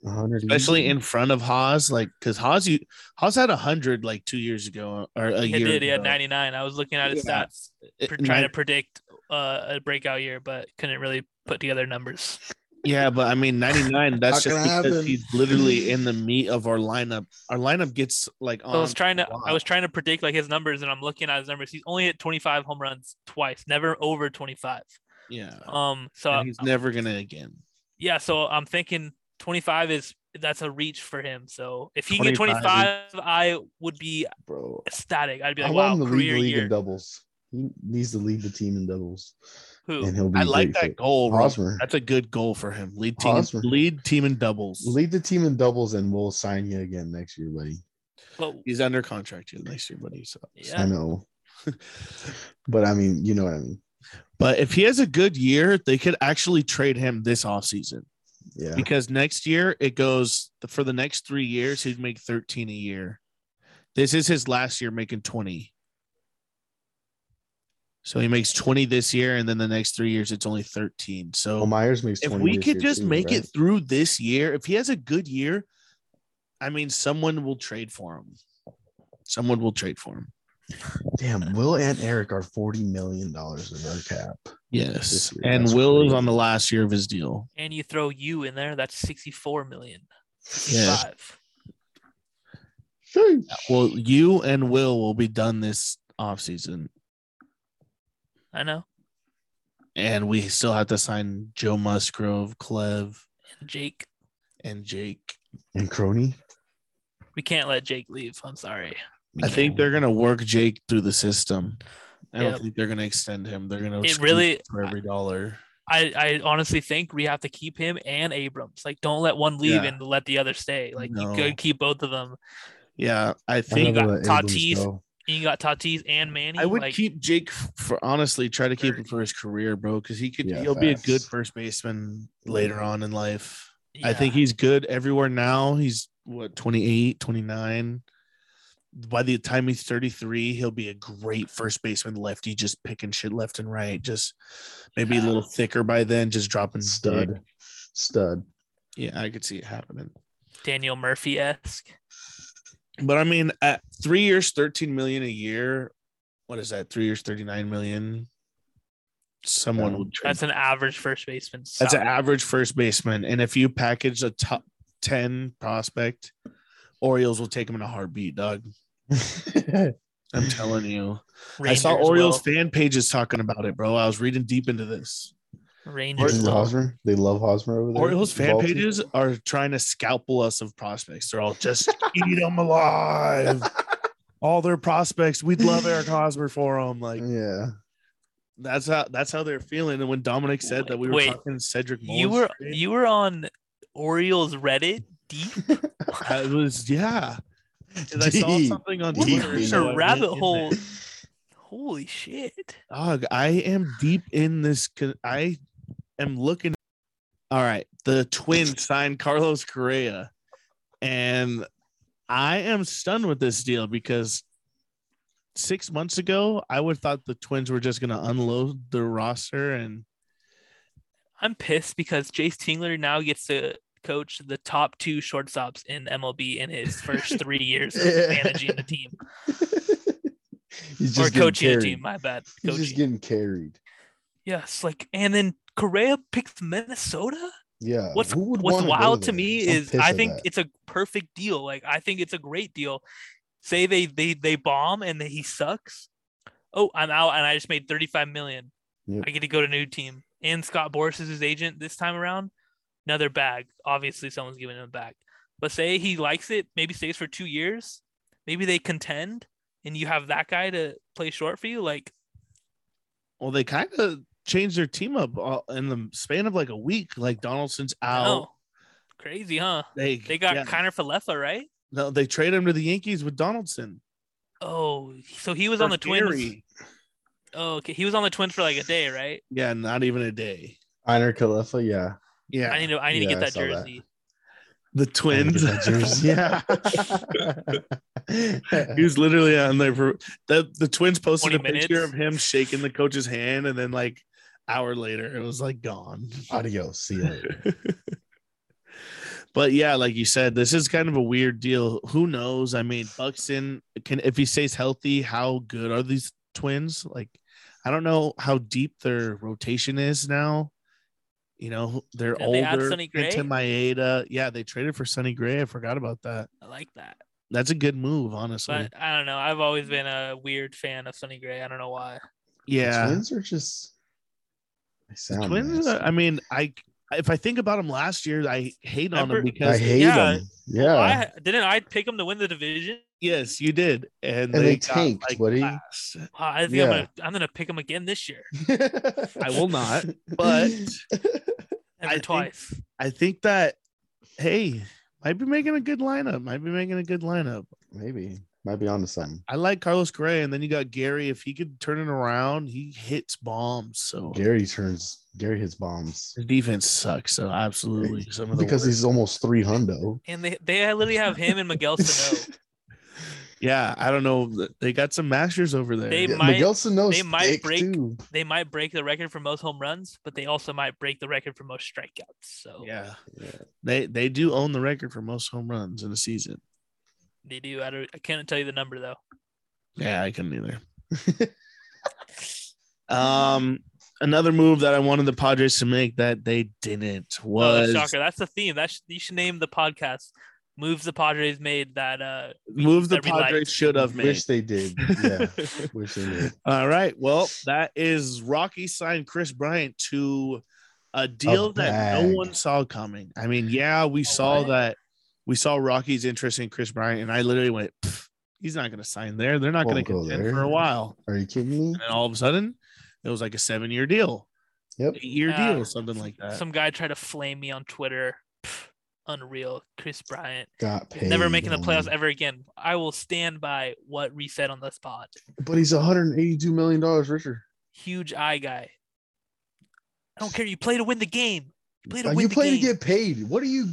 Speaker 1: 100
Speaker 2: especially
Speaker 1: easy.
Speaker 2: in front of Haas. Like, because Haas, you, Haas had 100 like two years ago or a
Speaker 3: He
Speaker 2: year
Speaker 3: did. He had
Speaker 2: ago.
Speaker 3: 99. I was looking at his
Speaker 2: Yeah.
Speaker 3: stats,
Speaker 2: It-
Speaker 3: pr- trying
Speaker 2: nine-
Speaker 3: to predict uh, a breakout year, but couldn't really put together numbers.
Speaker 2: Yeah, but I mean, 99, that's
Speaker 1: How can
Speaker 2: just
Speaker 1: I
Speaker 2: because
Speaker 1: have him?
Speaker 2: he's literally in the meat of our lineup. Our lineup gets like on.
Speaker 3: So I was trying to, I
Speaker 2: Um, wow.
Speaker 3: was trying to predict like his numbers, and I'm looking at his numbers. He's only hit 25 home runs twice, never over 25.
Speaker 2: yeah.
Speaker 3: Um, so
Speaker 2: And
Speaker 3: I-
Speaker 2: he's never going to again.
Speaker 3: yeah, so I'm thinking 25 is that's a reach for him. So if he get
Speaker 2: 25 is-
Speaker 3: 25, I would be
Speaker 1: bro.
Speaker 3: ecstatic. I'd be
Speaker 1: I
Speaker 3: like,
Speaker 1: want
Speaker 3: wow,
Speaker 1: him to lead
Speaker 3: career
Speaker 1: the league
Speaker 3: year.
Speaker 1: in doubles. He needs to lead the team in doubles,
Speaker 3: Who?
Speaker 1: and he'll be.
Speaker 2: I like
Speaker 1: great
Speaker 2: that
Speaker 1: fit.
Speaker 2: goal. Rob.
Speaker 1: Hosmer.
Speaker 2: That's a good goal for him. Lead team,
Speaker 1: Hosmer.
Speaker 2: lead team in doubles.
Speaker 1: Lead the team in doubles, and we'll sign you again next year, buddy.
Speaker 3: Well,
Speaker 2: He's under contract here next year, buddy. So
Speaker 3: yeah.
Speaker 1: I know, but I mean, you know what I mean.
Speaker 2: But if he has a good year, they could actually trade him this offseason
Speaker 1: Yeah.
Speaker 2: because next year it goes for the next three years, he'd make 13 a year. This is his last year making 20. So he makes 20 this year, and then the next three years it's only 13. So
Speaker 1: Well, Myers makes.
Speaker 2: if
Speaker 1: 20
Speaker 2: we
Speaker 1: this
Speaker 2: could
Speaker 1: year
Speaker 2: just
Speaker 1: too,
Speaker 2: make
Speaker 1: right?
Speaker 2: it through this year, if he has a good year, I mean, someone will trade for him. Someone will trade for him.
Speaker 1: Damn, Will and Eric are forty million dollars in their cap.
Speaker 2: Yes.
Speaker 1: This year,
Speaker 2: And
Speaker 1: that's
Speaker 2: Will is
Speaker 1: crazy.
Speaker 2: on the last year of his deal.
Speaker 3: and you throw you in there, that's 64 million.
Speaker 2: Yeah.
Speaker 3: 65.
Speaker 2: Well, you and Will will be done this offseason.
Speaker 3: I know.
Speaker 2: And we still have to sign Joe Musgrove, Clev,
Speaker 3: And Jake,
Speaker 2: and Jake.
Speaker 1: And Crony.
Speaker 3: we can't let Jake leave. I'm sorry.
Speaker 2: I think they're gonna work Jake through the system. I don't
Speaker 3: Yep.
Speaker 2: think they're gonna extend him. They're gonna
Speaker 3: It
Speaker 2: squeeze
Speaker 3: really-
Speaker 2: for every dollar.
Speaker 3: I, I honestly think we have to keep him and Abrams. Like, don't let one leave
Speaker 2: Yeah.
Speaker 3: and let the other stay. Like,
Speaker 2: No.
Speaker 3: you could keep both of them.
Speaker 2: Yeah, I
Speaker 1: I'd
Speaker 2: think
Speaker 3: you got
Speaker 1: rather let Abrams
Speaker 3: Tatis.
Speaker 1: go.
Speaker 3: And you got Tatis and Manny.
Speaker 2: I would
Speaker 3: like,
Speaker 2: keep Jake f- for honestly try to keep him for his career, bro, because he could
Speaker 1: Yeah,
Speaker 2: he'll be a
Speaker 1: facts.
Speaker 2: good first baseman later on in life. I
Speaker 3: yeah.
Speaker 2: think he's good everywhere now. He's what 28, 29. By the time he's 33, he'll be a great first baseman lefty, just picking shit left and right. Just maybe a little thicker by then, just dropping
Speaker 1: Stud.
Speaker 2: dick.
Speaker 1: Stud.
Speaker 2: Yeah, I could see it happening.
Speaker 3: Daniel Murphy esque.
Speaker 2: But I mean, at three years, 13 million a year. What is that? Three years, 39 million. Someone
Speaker 1: Um,
Speaker 2: would trade
Speaker 3: That's an average first baseman.
Speaker 2: That's an
Speaker 3: salary.
Speaker 2: average first baseman. And if you package a top 10 prospect, Orioles will take him in a heartbeat, dog. I'm telling you. I saw
Speaker 3: Rangers
Speaker 2: Orioles
Speaker 3: will.
Speaker 2: fan pages talking about it, bro. I was reading deep into this.
Speaker 3: Rangers
Speaker 1: Isn't
Speaker 3: will.
Speaker 1: Hosmer. They love Hosmer over there.
Speaker 2: Orioles fan
Speaker 1: Balti.
Speaker 2: pages are trying to scalpel us of prospects. They're all just eat them alive. All their prospects, we'd love Eric Hosmer for them. Like
Speaker 1: Yeah.
Speaker 2: that's how that's how they're feeling. And when Dominic said that we were
Speaker 3: Wait,
Speaker 2: talking Cedric, Mullins
Speaker 3: You were
Speaker 2: trade,
Speaker 3: you were on Orioles Reddit deep
Speaker 2: I was yeah. 'Cause I saw
Speaker 1: Deep.
Speaker 2: something on
Speaker 1: Deep
Speaker 2: Twitter.
Speaker 1: in
Speaker 2: so
Speaker 1: there.
Speaker 2: I
Speaker 3: Rabbit
Speaker 2: went in
Speaker 3: hole.
Speaker 2: there.
Speaker 3: Holy shit.
Speaker 2: Dog, I am deep in this. co- I am looking. All right, the Twins signed Carlos Correa, and I am stunned with this deal because six months ago I would have thought the Twins were just going to unload their roster and
Speaker 3: I'm pissed because Jace Tingler now gets to coach the top two shortstops in MLB in his first three years of managing the team
Speaker 1: He's
Speaker 3: or
Speaker 1: just getting
Speaker 3: coaching a
Speaker 1: carried.
Speaker 3: team. My bad.
Speaker 1: He's
Speaker 3: Coaching.
Speaker 1: just getting carried.
Speaker 3: yes. Like, and then Correa picks Minnesota.
Speaker 1: Yeah.
Speaker 3: What's
Speaker 1: Who would
Speaker 3: What's
Speaker 1: wanna go
Speaker 3: wild to
Speaker 1: there?
Speaker 3: me
Speaker 1: I'm
Speaker 3: is
Speaker 1: pissed
Speaker 3: I
Speaker 1: at
Speaker 3: think
Speaker 1: that.
Speaker 3: it's a perfect deal. Like, I think it's a great deal. Say they they they bomb and he sucks. Oh, I'm out and I just made 35 million.
Speaker 1: Yep.
Speaker 3: I get to go to a new team. And Scott Boris is his agent this time around. Another bag. Obviously, someone's giving him a bag. But say he likes it, maybe stays for two years. Maybe they contend and you have that guy to play short for you. Like,
Speaker 2: well, they kind of changed their team up all- in the span of like a week. Like Donaldson's out.
Speaker 3: oh, crazy, huh?
Speaker 2: They
Speaker 3: They got
Speaker 2: yeah.
Speaker 3: Connor Falefa, right?
Speaker 2: no. They traded him to the Yankees with Donaldson.
Speaker 3: Oh, so he was on
Speaker 2: for
Speaker 3: the Twins.
Speaker 2: Fury.
Speaker 3: Oh, okay. He was on the Twins for like a day, right?
Speaker 2: Yeah, not even a day.
Speaker 1: Einar Khalifa. Yeah.
Speaker 2: Yeah,
Speaker 3: I need to I need
Speaker 1: Yeah,
Speaker 3: to
Speaker 1: I
Speaker 3: get that
Speaker 1: saw that.
Speaker 3: jersey.
Speaker 2: the
Speaker 1: I need
Speaker 2: Twins.
Speaker 1: that jersey.
Speaker 2: He was literally on there for the the twins posted a
Speaker 3: 20
Speaker 2: picture of
Speaker 3: minutes.
Speaker 2: him shaking the coach's hand, and then like hour later, it was like gone.
Speaker 1: Adios. See you later.
Speaker 2: But yeah, like you said, this is kind of a weird deal. Who knows? I mean, Buxton can if he stays healthy, how good are these twins? Like, I don't know how deep their rotation is now. You know, they're
Speaker 3: Did they add
Speaker 2: older.
Speaker 3: Sonny Gray?
Speaker 2: Tim Maeda. Yeah, they traded for Sonny Gray. I forgot about that.
Speaker 3: I like that.
Speaker 2: That's a good move, honestly.
Speaker 3: But I don't know. I've always been a weird fan of Sonny Gray. I don't know why.
Speaker 2: yeah.
Speaker 1: Twins are just. They sound
Speaker 2: Twins.
Speaker 1: nasty.
Speaker 2: uh, I mean, I if I think about him last year, I hate on him
Speaker 3: Remember-
Speaker 2: because
Speaker 1: I hate
Speaker 3: yeah.
Speaker 1: them. Oh, Yeah.
Speaker 3: I didn't I pick him to win the division?
Speaker 2: yes, you did,
Speaker 1: and
Speaker 2: and,
Speaker 1: they,
Speaker 2: got,
Speaker 1: tanked,
Speaker 2: like,
Speaker 1: buddy.
Speaker 2: last.
Speaker 3: Wow, I think
Speaker 1: Yeah.
Speaker 3: I'm gonna I'm gonna pick him again this year.
Speaker 1: I
Speaker 2: I will not, but
Speaker 3: And
Speaker 2: I
Speaker 3: then
Speaker 2: think-
Speaker 3: twice.
Speaker 2: I think that hey, might be making a good lineup. Might be making a good lineup.
Speaker 1: Maybe. Might be onto something.
Speaker 2: I like Carlos Correa, and then you got Gary. If he could turn it around, he hits bombs. So
Speaker 1: Gary turns Gary hits bombs
Speaker 2: his defense sucks. So absolutely, some of the
Speaker 1: because
Speaker 2: worst.
Speaker 1: he's almost three hundo.
Speaker 3: And they they literally have him and Miguel Sano.
Speaker 2: yeah, I don't know. They got some masters over there.
Speaker 3: They
Speaker 1: Yeah,
Speaker 3: might-
Speaker 1: Miguel Sano's
Speaker 3: they might
Speaker 1: thick,
Speaker 3: break-
Speaker 1: too.
Speaker 3: They might break the record for most home runs, but they also might break the record for most strikeouts. So
Speaker 2: yeah,
Speaker 1: Yeah.
Speaker 2: they they do own the record for most home runs in a season.
Speaker 3: they do. I, don't, I can't tell you the number though.
Speaker 2: Yeah, I couldn't either. um, another move that I wanted the Padres to make that they didn't
Speaker 3: Oh,
Speaker 2: was
Speaker 3: shocker! That's the theme. That's you should name the podcast. Moves the Padres made that uh
Speaker 2: move the
Speaker 3: that we liked.
Speaker 2: Padres should have made.
Speaker 1: Wish they did. Yeah. Wish they did.
Speaker 2: All right. Well, that is Rocky signed Chris Bryant to a deal
Speaker 1: Oh,
Speaker 2: that no
Speaker 1: bag.
Speaker 2: one saw coming. I mean, yeah,
Speaker 1: Oh,
Speaker 2: we saw
Speaker 3: what?
Speaker 2: that. We saw Rocky's interest in Chris Bryant, and I literally went, "Pff, he's not going to sign there. They're not going
Speaker 1: Won't
Speaker 2: to
Speaker 1: go
Speaker 2: contend
Speaker 1: there."
Speaker 2: for a while.
Speaker 1: Are you kidding me?
Speaker 2: And all of a sudden, it was like a seven year deal,
Speaker 1: Yep.
Speaker 2: eight year
Speaker 3: Yeah.
Speaker 2: deal, something like that.
Speaker 3: some guy tried to flame me on Twitter. Pff, unreal, Chris Bryant.
Speaker 1: Got paid.
Speaker 3: Never making the playoffs
Speaker 1: homie.
Speaker 3: ever again. I will stand by what we said on this pod.
Speaker 1: But he's 182 million dollars richer.
Speaker 3: Huge eye guy. I don't care. You play to win the game. You play to
Speaker 1: Like,
Speaker 3: win
Speaker 1: you
Speaker 3: the
Speaker 1: play
Speaker 3: game.
Speaker 1: to get paid. What do you?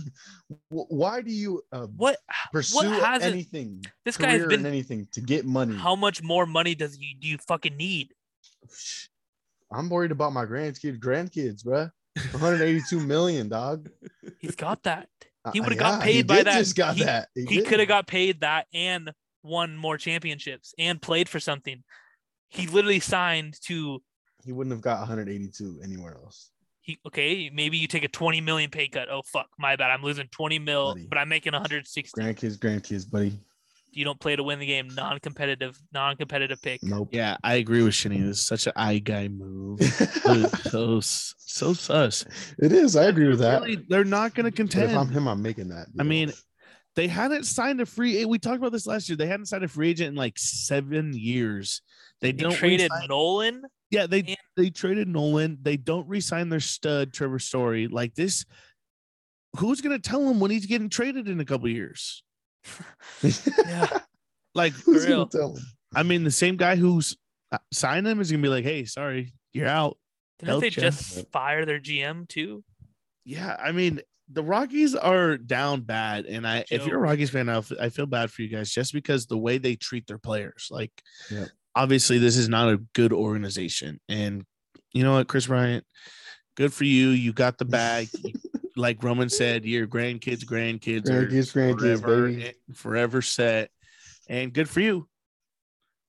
Speaker 1: wh- Why do you uh,
Speaker 3: what?
Speaker 1: pursue
Speaker 3: What hasn't
Speaker 1: anything?
Speaker 3: this guy has
Speaker 1: career in
Speaker 3: been?
Speaker 1: anything to get money.
Speaker 3: How much more money does you do you fucking need?
Speaker 1: I'm worried about my grandkids, grandkids, bruh. 182 million, dog.
Speaker 3: He's got that.
Speaker 1: I-
Speaker 3: He would've
Speaker 1: yeah,
Speaker 3: got
Speaker 1: he
Speaker 3: paid by
Speaker 1: did
Speaker 3: that.
Speaker 1: Just got
Speaker 3: He-
Speaker 1: that.
Speaker 3: He
Speaker 1: did.
Speaker 3: could have got paid that and won more championships and played for something. He literally signed to
Speaker 1: He wouldn't have got 182 anywhere else.
Speaker 3: he okay, maybe you take a 20 million pay cut. Oh fuck, my bad. I'm losing 20 mil,
Speaker 1: Buddy.
Speaker 3: but I'm making 160.
Speaker 1: Grandkids, grandkids, buddy.
Speaker 3: You don't play to win the game. Non-competitive, non-competitive pick.
Speaker 1: Nope.
Speaker 2: yeah, I agree with Shinny. This is such an eye guy move.
Speaker 1: it
Speaker 2: so so sus.
Speaker 1: is. I agree with that.
Speaker 2: Really, they're not going to
Speaker 1: But if
Speaker 2: contend.
Speaker 1: I'm him, I'm making that.
Speaker 2: I
Speaker 1: deal.
Speaker 2: mean, they hadn't signed a free. We talked about this last year. They hadn't signed a free agent in like seven years. They
Speaker 3: They
Speaker 2: don't
Speaker 3: traded
Speaker 2: re-sign-
Speaker 3: Nolan.
Speaker 2: yeah, they
Speaker 3: and-
Speaker 2: they traded Nolan. They don't re-sign their stud Trevor Story like this. Who's gonna tell him when he's getting traded in a couple years?
Speaker 3: Yeah.
Speaker 2: Like,
Speaker 1: who's
Speaker 3: real.
Speaker 1: gonna tell him?
Speaker 2: I mean, the same guy who's uh, signed him is gonna be like, "Hey, sorry, you're out."
Speaker 3: Didn't they
Speaker 2: Elche.
Speaker 3: just fire their GM too?
Speaker 2: Yeah, I mean, the Rockies are down bad, and I, if you're a
Speaker 3: Joke.
Speaker 2: Rockies fan, I f- I feel bad for you guys just because the way they treat their players. Like,
Speaker 1: Yeah.
Speaker 2: obviously, this is not a good organization, and you know what, Chris Bryant, good for you. You got the bag. like Roman said, your grandkids, grandkids, are
Speaker 1: Grandkids, grandkids,
Speaker 2: forever,
Speaker 1: baby.
Speaker 2: forever set, and good for you.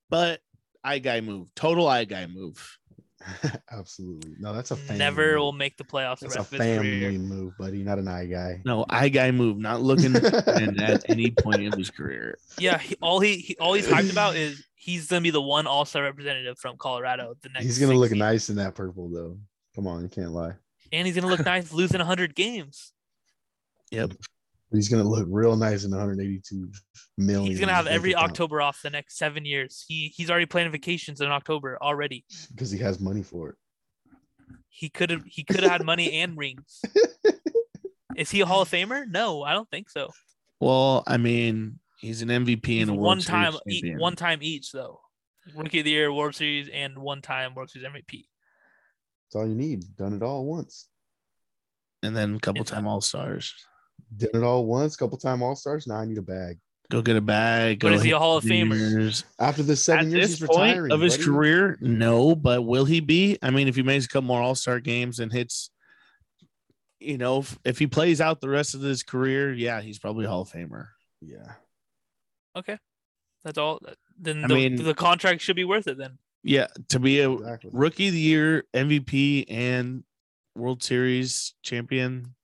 Speaker 2: But I guy move, total I guy move.
Speaker 1: Absolutely. No, that's a family.
Speaker 3: Never
Speaker 1: move.
Speaker 3: will make the playoffs the
Speaker 1: That's a
Speaker 3: rest of his career.
Speaker 1: family move, buddy. Not an eye guy.
Speaker 2: No, I guy move, not looking and at any point in his career.
Speaker 3: Yeah, he, all he, he all he's hyped about is he's gonna be the one All Star representative from Colorado the next.
Speaker 1: He's gonna
Speaker 3: six
Speaker 1: look
Speaker 3: seasons.
Speaker 1: nice in that purple though. Come on, you can't lie.
Speaker 3: and he's gonna look nice losing 100 games.
Speaker 1: But he's gonna look real nice in 182 million.
Speaker 3: He's gonna have every
Speaker 1: bank account
Speaker 3: October off the next seven years. He he's already planning vacations in October already.
Speaker 1: because he has money for it.
Speaker 3: He could have he could have had money and rings. Is he a Hall of Famer? No, I don't think so.
Speaker 2: Well, I mean, he's an MVP
Speaker 3: He's
Speaker 2: and a World
Speaker 3: one
Speaker 2: Series
Speaker 3: time e-
Speaker 2: champion.
Speaker 3: one time each though. Rookie of the Year, World Series, and one time World Series MVP.
Speaker 1: That's all you need. Done it all once.
Speaker 2: and then a couple time All Stars.
Speaker 1: Did it all once. Couple time All Stars. Now I need a bag.
Speaker 2: Go get a bag. Go
Speaker 3: But is he
Speaker 2: hit
Speaker 3: a Hall of Famer?
Speaker 2: years.
Speaker 1: After this seven
Speaker 2: At
Speaker 1: years,
Speaker 2: this
Speaker 1: he's
Speaker 2: point
Speaker 1: retiring
Speaker 2: of his
Speaker 1: buddy.
Speaker 2: career, no. But will he be? I mean, if he makes a couple more All Star games and hits, you know, if, if he plays out the rest of his career, yeah, he's probably a Hall of Famer.
Speaker 1: Yeah.
Speaker 3: Okay, that's all. uh, Then
Speaker 2: I
Speaker 3: the,
Speaker 2: mean-
Speaker 3: the contract should be worth it. Then
Speaker 2: Yeah, to be a
Speaker 1: Exactly.
Speaker 2: rookie of the year, MVP, and World Series champion.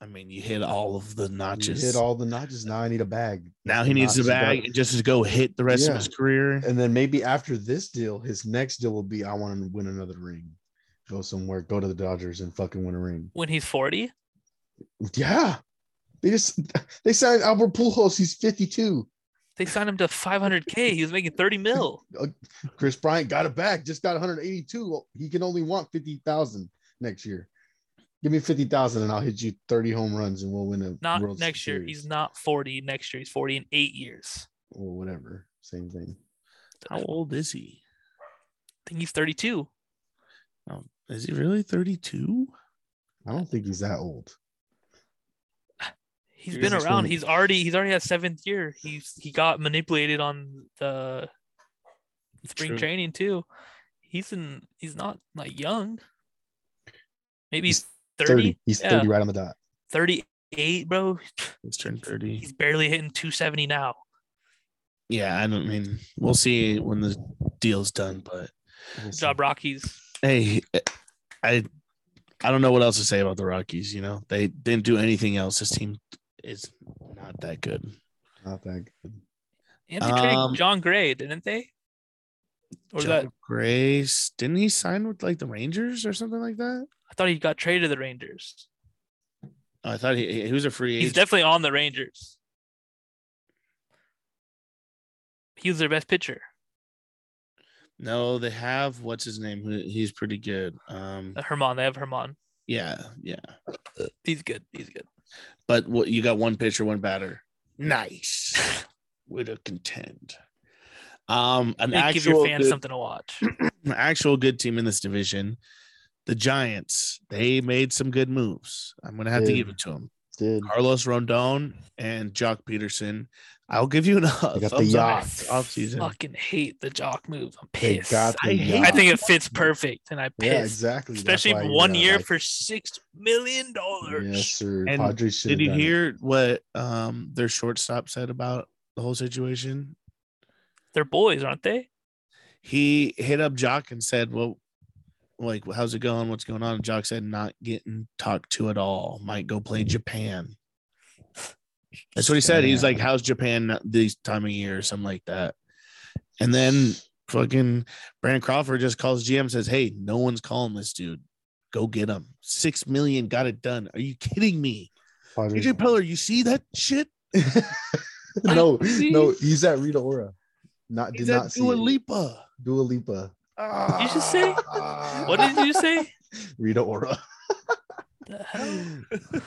Speaker 2: I mean, you hit all of the
Speaker 1: You
Speaker 2: notches.
Speaker 1: hit all the notches. Now I need a bag.
Speaker 2: now he needs a
Speaker 1: Notches,
Speaker 2: bag
Speaker 1: dog.
Speaker 2: and just to go hit the rest of
Speaker 1: Yeah.
Speaker 2: his career.
Speaker 1: And then maybe after this deal, his next deal will be I want to win another ring. Go somewhere, go to the Dodgers and fucking win a ring.
Speaker 3: when he's 40,
Speaker 1: Yeah. They just they signed Albert Pujols. He's 52.
Speaker 3: they signed him to 500k. He was making 30 mil.
Speaker 1: Chris Bryant got it back. Just got 182. Well, he can only want 50,000 next year. Give me 50,000 and I'll hit you 30 home runs and we'll win a
Speaker 3: Not
Speaker 1: World
Speaker 3: next year.
Speaker 1: Series.
Speaker 3: He's not 40 next year. He's 40 in eight years.
Speaker 1: or whatever. Same thing.
Speaker 2: How old is he?
Speaker 3: I think he's 32.
Speaker 2: Um, is he really 32?
Speaker 1: I don't think he's that old.
Speaker 3: He's
Speaker 2: He's
Speaker 3: been
Speaker 1: just
Speaker 3: around.
Speaker 1: one-
Speaker 3: He's already he's already had seventh year. He's he got manipulated on the spring
Speaker 2: True.
Speaker 3: training too. He's in he's not like young. Maybe he's 30.
Speaker 1: He's
Speaker 3: Yeah.
Speaker 1: 30 right on the dot.
Speaker 3: 38, bro.
Speaker 2: He's turned 30.
Speaker 3: He's barely hitting 270 now.
Speaker 2: Yeah, I don't mean we'll see when the deal's done, but
Speaker 1: We'll
Speaker 3: Good
Speaker 1: see.
Speaker 3: job, Rockies.
Speaker 2: hey, I I don't know what else to say about the Rockies, you know. They didn't do anything else. This team is not that good.
Speaker 1: Not that good.
Speaker 3: And they traded
Speaker 2: Um,
Speaker 3: John Gray, didn't they? Or
Speaker 2: Jeff
Speaker 3: that
Speaker 2: Grace, didn't he sign with like the Rangers or something like that?
Speaker 3: I thought he got traded to the Rangers.
Speaker 2: Oh, I thought he, he was a free
Speaker 3: He's
Speaker 2: agent.
Speaker 3: definitely on the Rangers. He was their best pitcher.
Speaker 2: no, they have what's his name? who- He's pretty good. Um,
Speaker 3: Uh, Herman, they have Herman.
Speaker 2: yeah, yeah.
Speaker 3: He's good. He's good.
Speaker 2: But what you got one pitcher, one batter. Nice. Way to contend. Um, an
Speaker 3: They
Speaker 2: actual
Speaker 3: give your fans
Speaker 2: good-
Speaker 3: something to watch.
Speaker 2: an actual good team in this division, the Giants, they made some good moves. I'm going to have to
Speaker 1: Dude.
Speaker 2: give it to them.
Speaker 1: Did
Speaker 2: Carlos Rondon and Jock Peterson. I'll give you an
Speaker 1: the
Speaker 2: thumbs up
Speaker 1: yacht.
Speaker 2: offseason.
Speaker 3: Fucking hate the jock move. I'm
Speaker 1: They
Speaker 3: pissed.
Speaker 1: got the
Speaker 2: I hate-
Speaker 1: yacht.
Speaker 3: I think it fits perfect, and I pissed.
Speaker 1: yeah, exactly. That's
Speaker 3: Especially
Speaker 1: why you
Speaker 3: one
Speaker 1: gotta
Speaker 3: year
Speaker 1: like
Speaker 3: for six million
Speaker 1: it.
Speaker 3: dollars.
Speaker 1: Yes, sir.
Speaker 2: And
Speaker 1: Padres should have
Speaker 2: Did you
Speaker 1: done it.
Speaker 2: hear what um, their shortstop said about the whole situation?
Speaker 3: They're boys, aren't they?
Speaker 2: He hit up Jock and said, Well, like, how's it going? What's going on? And Jock said, Not getting talked to at all. Might go play Japan. That's what he said. He's like, "How's Japan this time of year?" or Something like that. And then fucking Brandon Crawford just calls GM and says, "Hey, no one's calling this dude. Go get him. Six million, got it done. Are you kidding me,
Speaker 1: Padres-
Speaker 2: AJ Peller? You see that shit?
Speaker 1: no,
Speaker 3: see.
Speaker 1: no, he's at Rita Ora. Not did
Speaker 2: He's
Speaker 1: not
Speaker 2: at
Speaker 1: see
Speaker 2: Dua
Speaker 1: it.
Speaker 2: Lipa.
Speaker 1: Dua Lipa. Ah.
Speaker 3: you just say? What did you say?
Speaker 1: Rita Ora?
Speaker 3: The hell?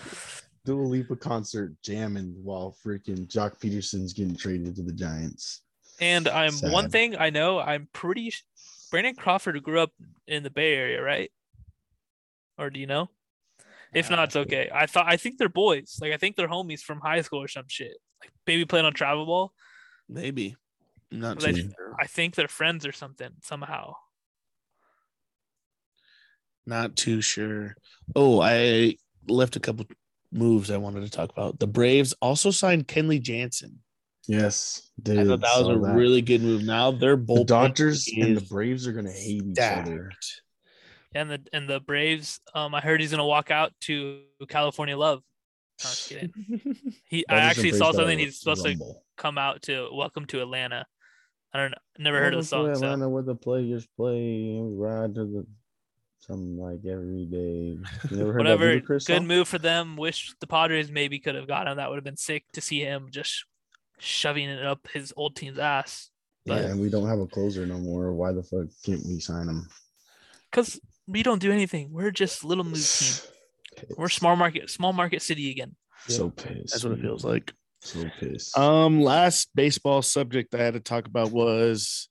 Speaker 1: Dua Lipa concert jamming while freaking Jock Peterson's getting traded to the Giants.
Speaker 3: And I'm one
Speaker 1: Sad.
Speaker 3: thing I know. I'm pretty. s- Brandon Crawford grew up in the Bay Area, right? Or do you know? If not, it's okay. I thought I think they're boys. Like I think they're homies from high school or some shit. Like maybe playing on travel ball.
Speaker 2: Maybe. I'm not
Speaker 3: Like,
Speaker 2: too sure.
Speaker 3: I think they're friends or something somehow.
Speaker 2: Not too sure. Oh, I left a couple moves I wanted to talk about. The Braves also signed Kenley Jansen.
Speaker 1: Yes, dude.
Speaker 2: I thought that was
Speaker 1: saw
Speaker 2: a
Speaker 1: that.
Speaker 2: really good move. Now they're both
Speaker 1: the Dodgers and the Braves are gonna hate each other.
Speaker 3: And the and the Braves. Um, I heard he's gonna walk out to California Love. No, I'm just kidding. He, I
Speaker 1: Dodgers and
Speaker 3: actually
Speaker 1: Braves
Speaker 3: saw
Speaker 1: gotta
Speaker 3: something. He's supposed to
Speaker 1: rumble.
Speaker 3: come out to Welcome to Atlanta. I don't know. Never heard of the song. So.
Speaker 1: Atlanta where the players play and ride to the something like every day. You never heard that
Speaker 3: whatever. Good
Speaker 1: ludicrous song?
Speaker 3: move for them. Wish the Padres maybe could have got him. That would have been sick to see him just shoving it up his old team's ass.
Speaker 1: Yeah,
Speaker 3: but-
Speaker 1: and we don't have a closer no more. Why the fuck can't we sign him?
Speaker 3: Because we don't do anything. We're just little move team. We're small market, small market city again.
Speaker 1: So pissed.
Speaker 2: That's what it
Speaker 1: man.
Speaker 2: feels like.
Speaker 1: So pissed.
Speaker 2: Um, last baseball subject I had to talk about was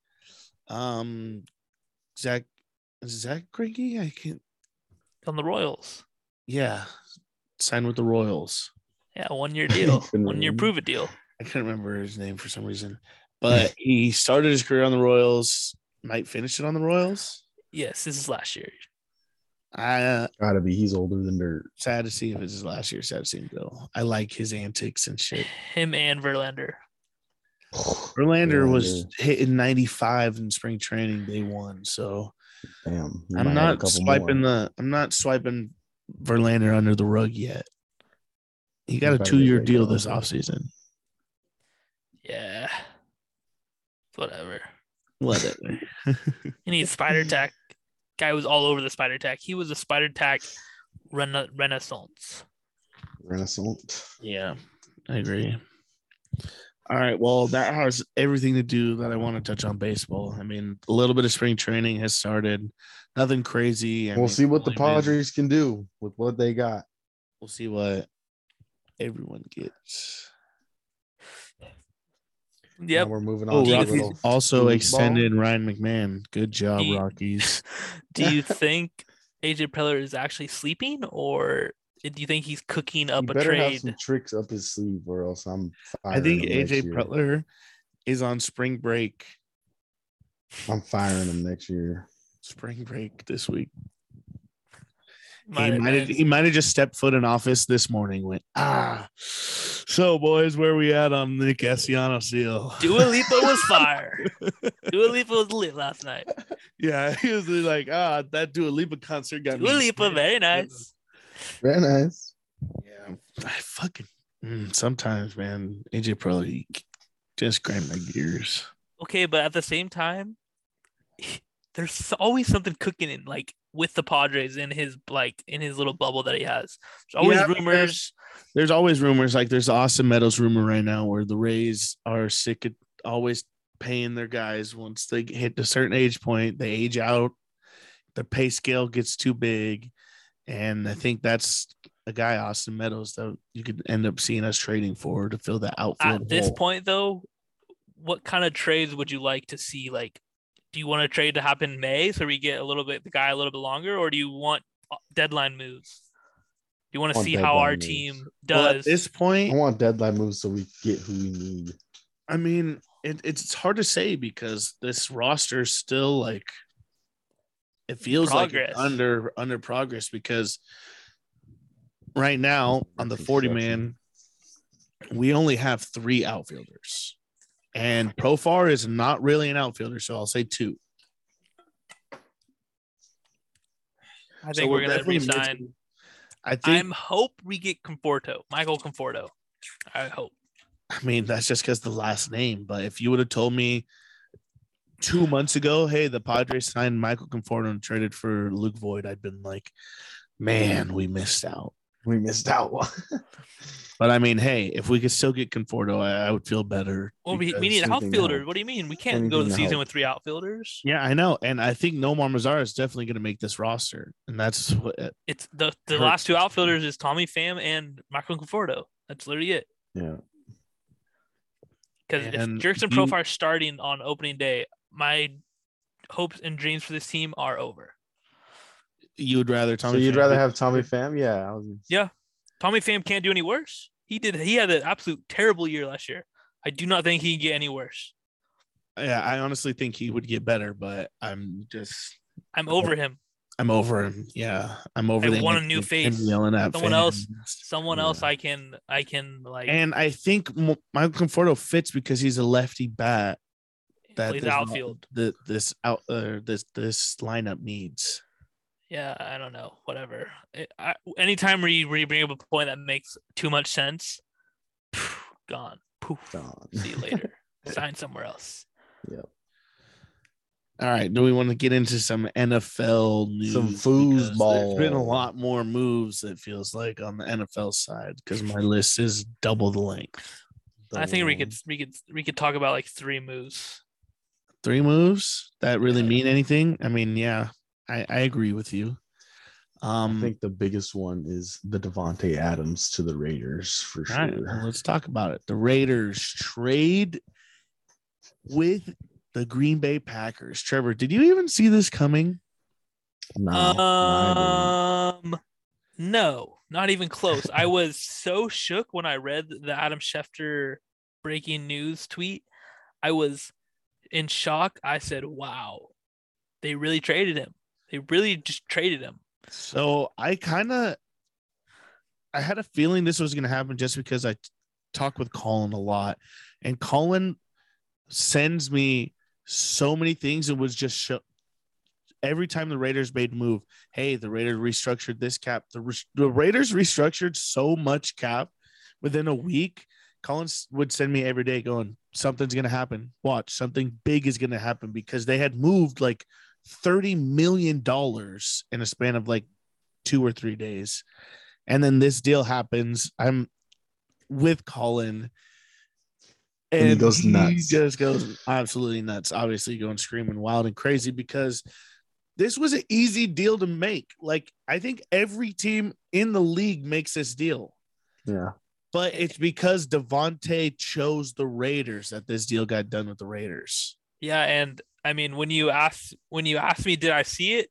Speaker 2: um Zach Zach Greinke. I can't
Speaker 3: On the Royals.
Speaker 2: yeah. Signed with the Royals.
Speaker 3: Yeah, one year deal.
Speaker 1: Couldn't
Speaker 3: one year
Speaker 1: remember.
Speaker 3: prove it deal.
Speaker 2: I couldn't remember his name for some reason. But he started his career on the Royals, might finish it on the Royals.
Speaker 3: Yes, this is last year.
Speaker 2: I uh,
Speaker 1: Gotta be. He's older than dirt.
Speaker 2: sad to see if it's his last year. Sad to see him go. I like his antics and shit.
Speaker 3: Him and Verlander.
Speaker 2: Verlander was
Speaker 1: Verlander.
Speaker 2: hitting 95 in spring training day one. So
Speaker 1: Damn. we might have
Speaker 2: I'm
Speaker 1: a
Speaker 2: not
Speaker 1: couple
Speaker 2: swiping
Speaker 1: more.
Speaker 2: the I'm not swiping Verlander under the rug yet. He got a
Speaker 1: probably
Speaker 2: two year
Speaker 1: right
Speaker 2: deal
Speaker 1: now.
Speaker 2: this offseason.
Speaker 3: Yeah. Whatever.
Speaker 2: Whatever.
Speaker 3: He needs spider tech. Guy was all over the spider tech. He was a spider tech rena- renaissance.
Speaker 1: Renaissance.
Speaker 2: yeah, I agree. All right. Well, that has everything to do that I want to touch on baseball. I mean, a little bit of spring training has started. Nothing crazy. I
Speaker 1: We'll
Speaker 2: mean,
Speaker 1: see what the
Speaker 2: only been-
Speaker 1: Padres can do with what they got.
Speaker 2: We'll see what everyone gets.
Speaker 1: Yeah,
Speaker 3: Yep.
Speaker 1: we're moving on.
Speaker 2: Oh,
Speaker 1: to a
Speaker 3: Rockies.
Speaker 1: little-
Speaker 2: Also
Speaker 1: Foosball.
Speaker 2: extended Ryan McMahon. Good job,
Speaker 3: He-
Speaker 2: Rockies.
Speaker 3: Do you think AJ Preller is actually sleeping, or do you think he's cooking
Speaker 1: He
Speaker 3: up a
Speaker 1: better have
Speaker 3: trade?
Speaker 1: some tricks up his sleeve, or else I'm.
Speaker 2: I think
Speaker 1: firing him next
Speaker 2: AJ
Speaker 1: year.
Speaker 2: Preller is on spring break.
Speaker 1: I'm firing him next year.
Speaker 2: Spring break this week.
Speaker 3: My
Speaker 2: he might have he might have just stepped foot in office this morning. Went ah. So boys, where we at on Nick Cassiano's deal?
Speaker 3: Dua Lipa was fire. Dua Lipa was lit last night.
Speaker 2: yeah, he was like ah, that Dua Lipa concert got
Speaker 3: Dua
Speaker 2: me
Speaker 3: Lipa, very nice.
Speaker 1: Very nice.
Speaker 2: Yeah, I fucking mm, sometimes, man. AJ Preller he just grind my gears.
Speaker 3: Okay, but at the same time, there's always something cooking in like with the Padres in his like in his little bubble that he has. There's always
Speaker 2: Yeah, but
Speaker 3: rumors.
Speaker 2: there's always rumors like there's the Austin Meadows rumor right now where the Rays are sick of always paying their guys once they hit a certain age point, they age out, the pay scale gets too big. And I think that's a guy, Austin Meadows, that you could end up seeing us trading for to fill that outfield.
Speaker 3: At this
Speaker 2: hole.
Speaker 3: point, though, what kind of trades would you like to see? Like, do you want a trade to happen in May so we get a little bit the guy a little bit longer, or do you want uh, deadline moves? Do you want to
Speaker 1: Want
Speaker 3: see how our
Speaker 1: deadline moves.
Speaker 3: team
Speaker 2: Well, at
Speaker 3: does?
Speaker 2: this
Speaker 1: I
Speaker 2: point,
Speaker 1: want deadline moves so we get who we need.
Speaker 2: I mean, it, it's hard to say because this roster's still like it feels like it's
Speaker 3: Progress.
Speaker 2: under under progress because right now on the 40 man we only have three outfielders and profar is not really an outfielder so i'll say two
Speaker 3: I think we're, gonna resign.
Speaker 2: i think
Speaker 3: I'm hope we get Conforto, Michael Conforto. I hope.
Speaker 2: I mean, that's just because the last name. But if you would have told me two months ago, hey, the Padres signed Michael Conforto and traded for Luke Void, I'd been like, man, we missed out.
Speaker 1: We missed out.
Speaker 2: But I mean, hey, if we could still get Conforto, I, I would feel better.
Speaker 3: Well, we, we
Speaker 2: because-
Speaker 3: need
Speaker 1: anything
Speaker 3: outfielders.
Speaker 1: helps.
Speaker 3: What do you mean? We can't go to the
Speaker 1: Anything
Speaker 3: season
Speaker 1: helps.
Speaker 3: with three outfielders.
Speaker 2: yeah, I know, and I think Nomar Mazar is definitely going to make this roster, and that's what uh,
Speaker 3: It's the the
Speaker 2: Hurts.
Speaker 3: last two outfielders is Tommy Pham and Michael Conforto. That's literally it.
Speaker 1: Yeah.
Speaker 3: Because if
Speaker 2: And
Speaker 3: Jerks and
Speaker 2: you-
Speaker 3: Profar starting on opening day, my hopes and dreams for this team are over.
Speaker 2: you would rather. Tommy
Speaker 1: so you'd
Speaker 2: Pham-
Speaker 1: rather have Tommy Pham? Yeah. I was gonna say-
Speaker 3: Yeah. Tommy Pham can't do any worse. He did. He had an absolute terrible year last year. I do not think he can get any worse.
Speaker 2: Yeah, I honestly think he would get better, but I'm just.
Speaker 3: I'm over him.
Speaker 2: I'm over him. Yeah, I'm over.
Speaker 3: I
Speaker 2: them
Speaker 3: want a new
Speaker 2: him
Speaker 3: face.
Speaker 2: Yelling at
Speaker 3: Someone else.
Speaker 2: fans.
Speaker 3: Someone
Speaker 1: Yeah.
Speaker 3: else I can I can like
Speaker 2: And I think M- Michael Conforto fits because he's a lefty bat that
Speaker 3: plays
Speaker 2: does not-
Speaker 3: outfield.
Speaker 2: that this out uh, this this lineup needs.
Speaker 3: Yeah, I don't know. Whatever. It, I, anytime we, we bring up a point that makes too much sense, gone. Poof.
Speaker 1: Gone.
Speaker 3: See you later. Sign somewhere else.
Speaker 2: All right, do we want to get into some NFL news?
Speaker 1: Some
Speaker 2: Because There's
Speaker 1: foosball.
Speaker 2: been a lot more moves. It feels like on the NFL side because my list is double the length.
Speaker 3: I think we could we could we could talk about like three moves.
Speaker 2: three moves that really mean anything. I mean, yeah, I, I agree with you. Um,
Speaker 1: I think the biggest one is the Devonte Adams to the Raiders for
Speaker 2: All right, well,
Speaker 1: sure.
Speaker 2: let's talk about it. The Raiders trade with the Green Bay Packers. Trevor, did you even see this coming?
Speaker 1: No, Oh,
Speaker 2: uh,
Speaker 1: I
Speaker 3: um, no, not even close. I was so shook when I read the Adam Schefter breaking news tweet. I was in shock. I said, "Wow, they really traded him. They really just traded him."
Speaker 2: So I kind of, I had a feeling this was going to happen just because I t- talk with Colin a lot, and Colin sends me so many things. It was just show. Every time the Raiders made move, hey, the Raiders restructured this cap. The, re- the Raiders restructured so much cap within a week. Collins would send me every day going, something's going to happen. Watch, something big is going to happen because they had moved like $30 million in a span of like two or three days. And then this deal happens. I'm with Colin.
Speaker 1: And he goes nuts.
Speaker 2: He just goes absolutely nuts. Obviously, going screaming wild and crazy because this was an easy deal to make. Like, I think every team in the league makes this deal
Speaker 1: yeah,
Speaker 2: But it's because Devontae chose the Raiders that this deal got done with the Raiders.
Speaker 3: Yeah, and I mean when you ask when you ask me did I see it?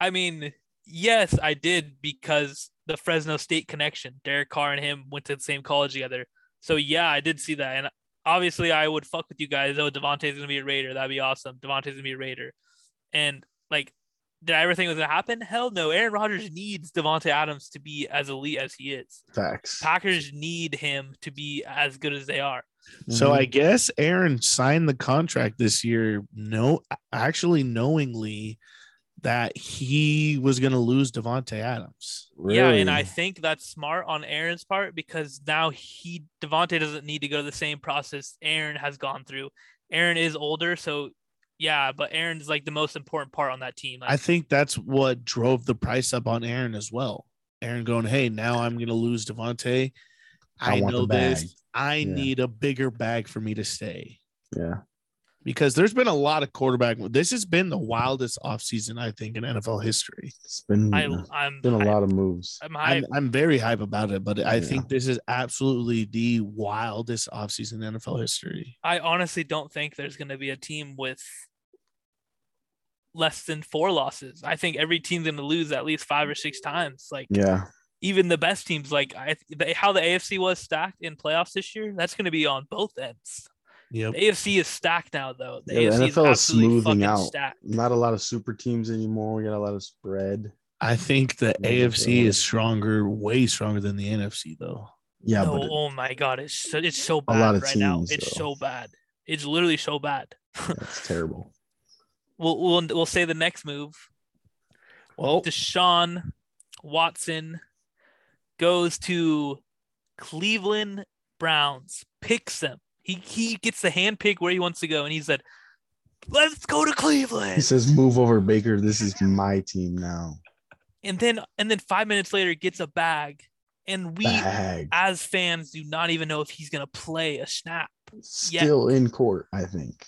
Speaker 3: I mean, yes, I did because the Fresno State connection. Derek Carr and him went to the same college together. So yeah, I did see that. And obviously I would fuck with you guys. Oh, Devontae's gonna be a Raider. That'd be awesome. Devontae's gonna be a Raider. And like, did I ever think it was gonna happen? Hell no. Aaron Rodgers needs Devontae Adams to be as elite as he is.
Speaker 1: Facts.
Speaker 3: Packers need him to be as good as they are.
Speaker 2: So
Speaker 1: Mm-hmm.
Speaker 2: I guess Aaron signed the contract this year, no, actually knowingly that he was going to lose Devonte Adams.
Speaker 3: Yeah, and I think that's smart on Aaron's part because now he Devonte doesn't need to go through the same process Aaron has gone through. Aaron is older, so yeah, but Aaron's like the most important part on that team. Like,
Speaker 2: I think that's what drove the price up on Aaron as well. Aaron going, "Hey, now I'm going to lose Devonte.
Speaker 1: I
Speaker 2: I,
Speaker 1: want
Speaker 2: know
Speaker 1: the bag."
Speaker 2: this. I
Speaker 1: Yeah.
Speaker 2: need a bigger bag for me to stay."
Speaker 1: Yeah.
Speaker 2: Because there's been a lot of quarterback. This has been the wildest offseason, I think, in NFL history.
Speaker 1: It's been,
Speaker 3: I,
Speaker 1: it's
Speaker 3: I'm
Speaker 1: been a
Speaker 3: I-
Speaker 1: lot of moves.
Speaker 3: I'm
Speaker 2: I'm,
Speaker 3: hyped.
Speaker 2: I'm very hype about it, but I
Speaker 1: Yeah.
Speaker 2: think this is absolutely the wildest offseason in NFL history.
Speaker 3: I honestly don't think there's going to be a team with less than four losses. I think every team's going to lose at least five or six times. Like
Speaker 1: Yeah.
Speaker 3: even the best teams, like I, the, how the AFC was stacked in playoffs this year, that's going to be on both ends.
Speaker 2: Yep.
Speaker 3: The AFC is stacked now, though. The
Speaker 1: Yeah, the NFL
Speaker 3: AFC
Speaker 1: is
Speaker 3: is absolutely
Speaker 1: smoothing
Speaker 3: fucking
Speaker 1: out.
Speaker 3: stacked.
Speaker 1: Not a lot of super teams anymore. We got a lot of spread.
Speaker 2: I think the
Speaker 1: Yeah,
Speaker 2: AFC
Speaker 1: bro.
Speaker 2: is stronger, way stronger than the NFC, though.
Speaker 1: Yeah,
Speaker 3: No,
Speaker 1: but it-
Speaker 3: oh my god, it's so, it's so bad
Speaker 1: lot of
Speaker 3: right now.
Speaker 1: teams,
Speaker 3: It's
Speaker 1: though.
Speaker 3: so bad. It's literally so bad.
Speaker 1: that's terrible.
Speaker 3: We'll we'll we'll say the next move.
Speaker 2: Well,
Speaker 3: Deshaun Watson goes to Cleveland Browns, picks them. He he gets the hand pick where he wants to go, and he said, "Let's go to
Speaker 1: He
Speaker 3: Cleveland."
Speaker 1: says, "Move over, Baker. This is my team now."
Speaker 3: And then and then five minutes later gets a bag, and we
Speaker 1: Bag
Speaker 3: as fans do not even know if he's gonna play a snap.
Speaker 1: still in court, I think.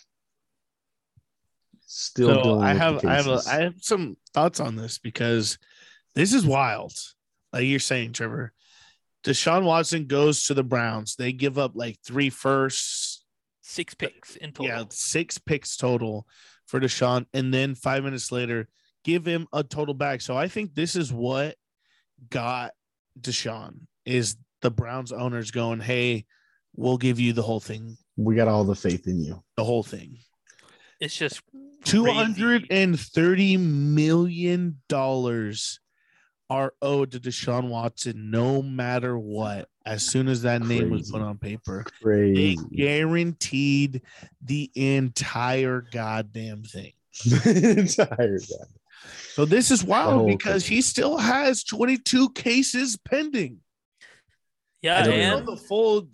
Speaker 1: Still,
Speaker 2: so
Speaker 1: dealing
Speaker 2: I
Speaker 1: with the
Speaker 2: have I have a,
Speaker 1: cases.
Speaker 2: I have some thoughts on this because this is wild. Like you're saying, Trevor, Deshaun Watson goes to the Browns. They give up like three firsts,
Speaker 3: Six picks in total.
Speaker 2: Yeah, six picks total for Deshaun. And then five minutes later, give him a total back. So I think this is what got Deshaun is the Browns owners going, Hey, we'll give you the whole thing.
Speaker 1: we got all the faith in you.
Speaker 2: The whole thing.
Speaker 3: It's just
Speaker 2: Two
Speaker 3: crazy.
Speaker 2: hundred and thirty million dollars are owed to Deshaun Watson no matter what. As soon as that name was
Speaker 1: Crazy.
Speaker 2: put on paper. They
Speaker 1: Crazy.
Speaker 2: guaranteed the entire goddamn thing.
Speaker 1: Tired. guy.
Speaker 2: So this is wild
Speaker 1: whole
Speaker 2: because
Speaker 1: thing.
Speaker 2: he still has 22 cases pending. I
Speaker 3: Yeah,
Speaker 2: don't
Speaker 3: and
Speaker 2: know the full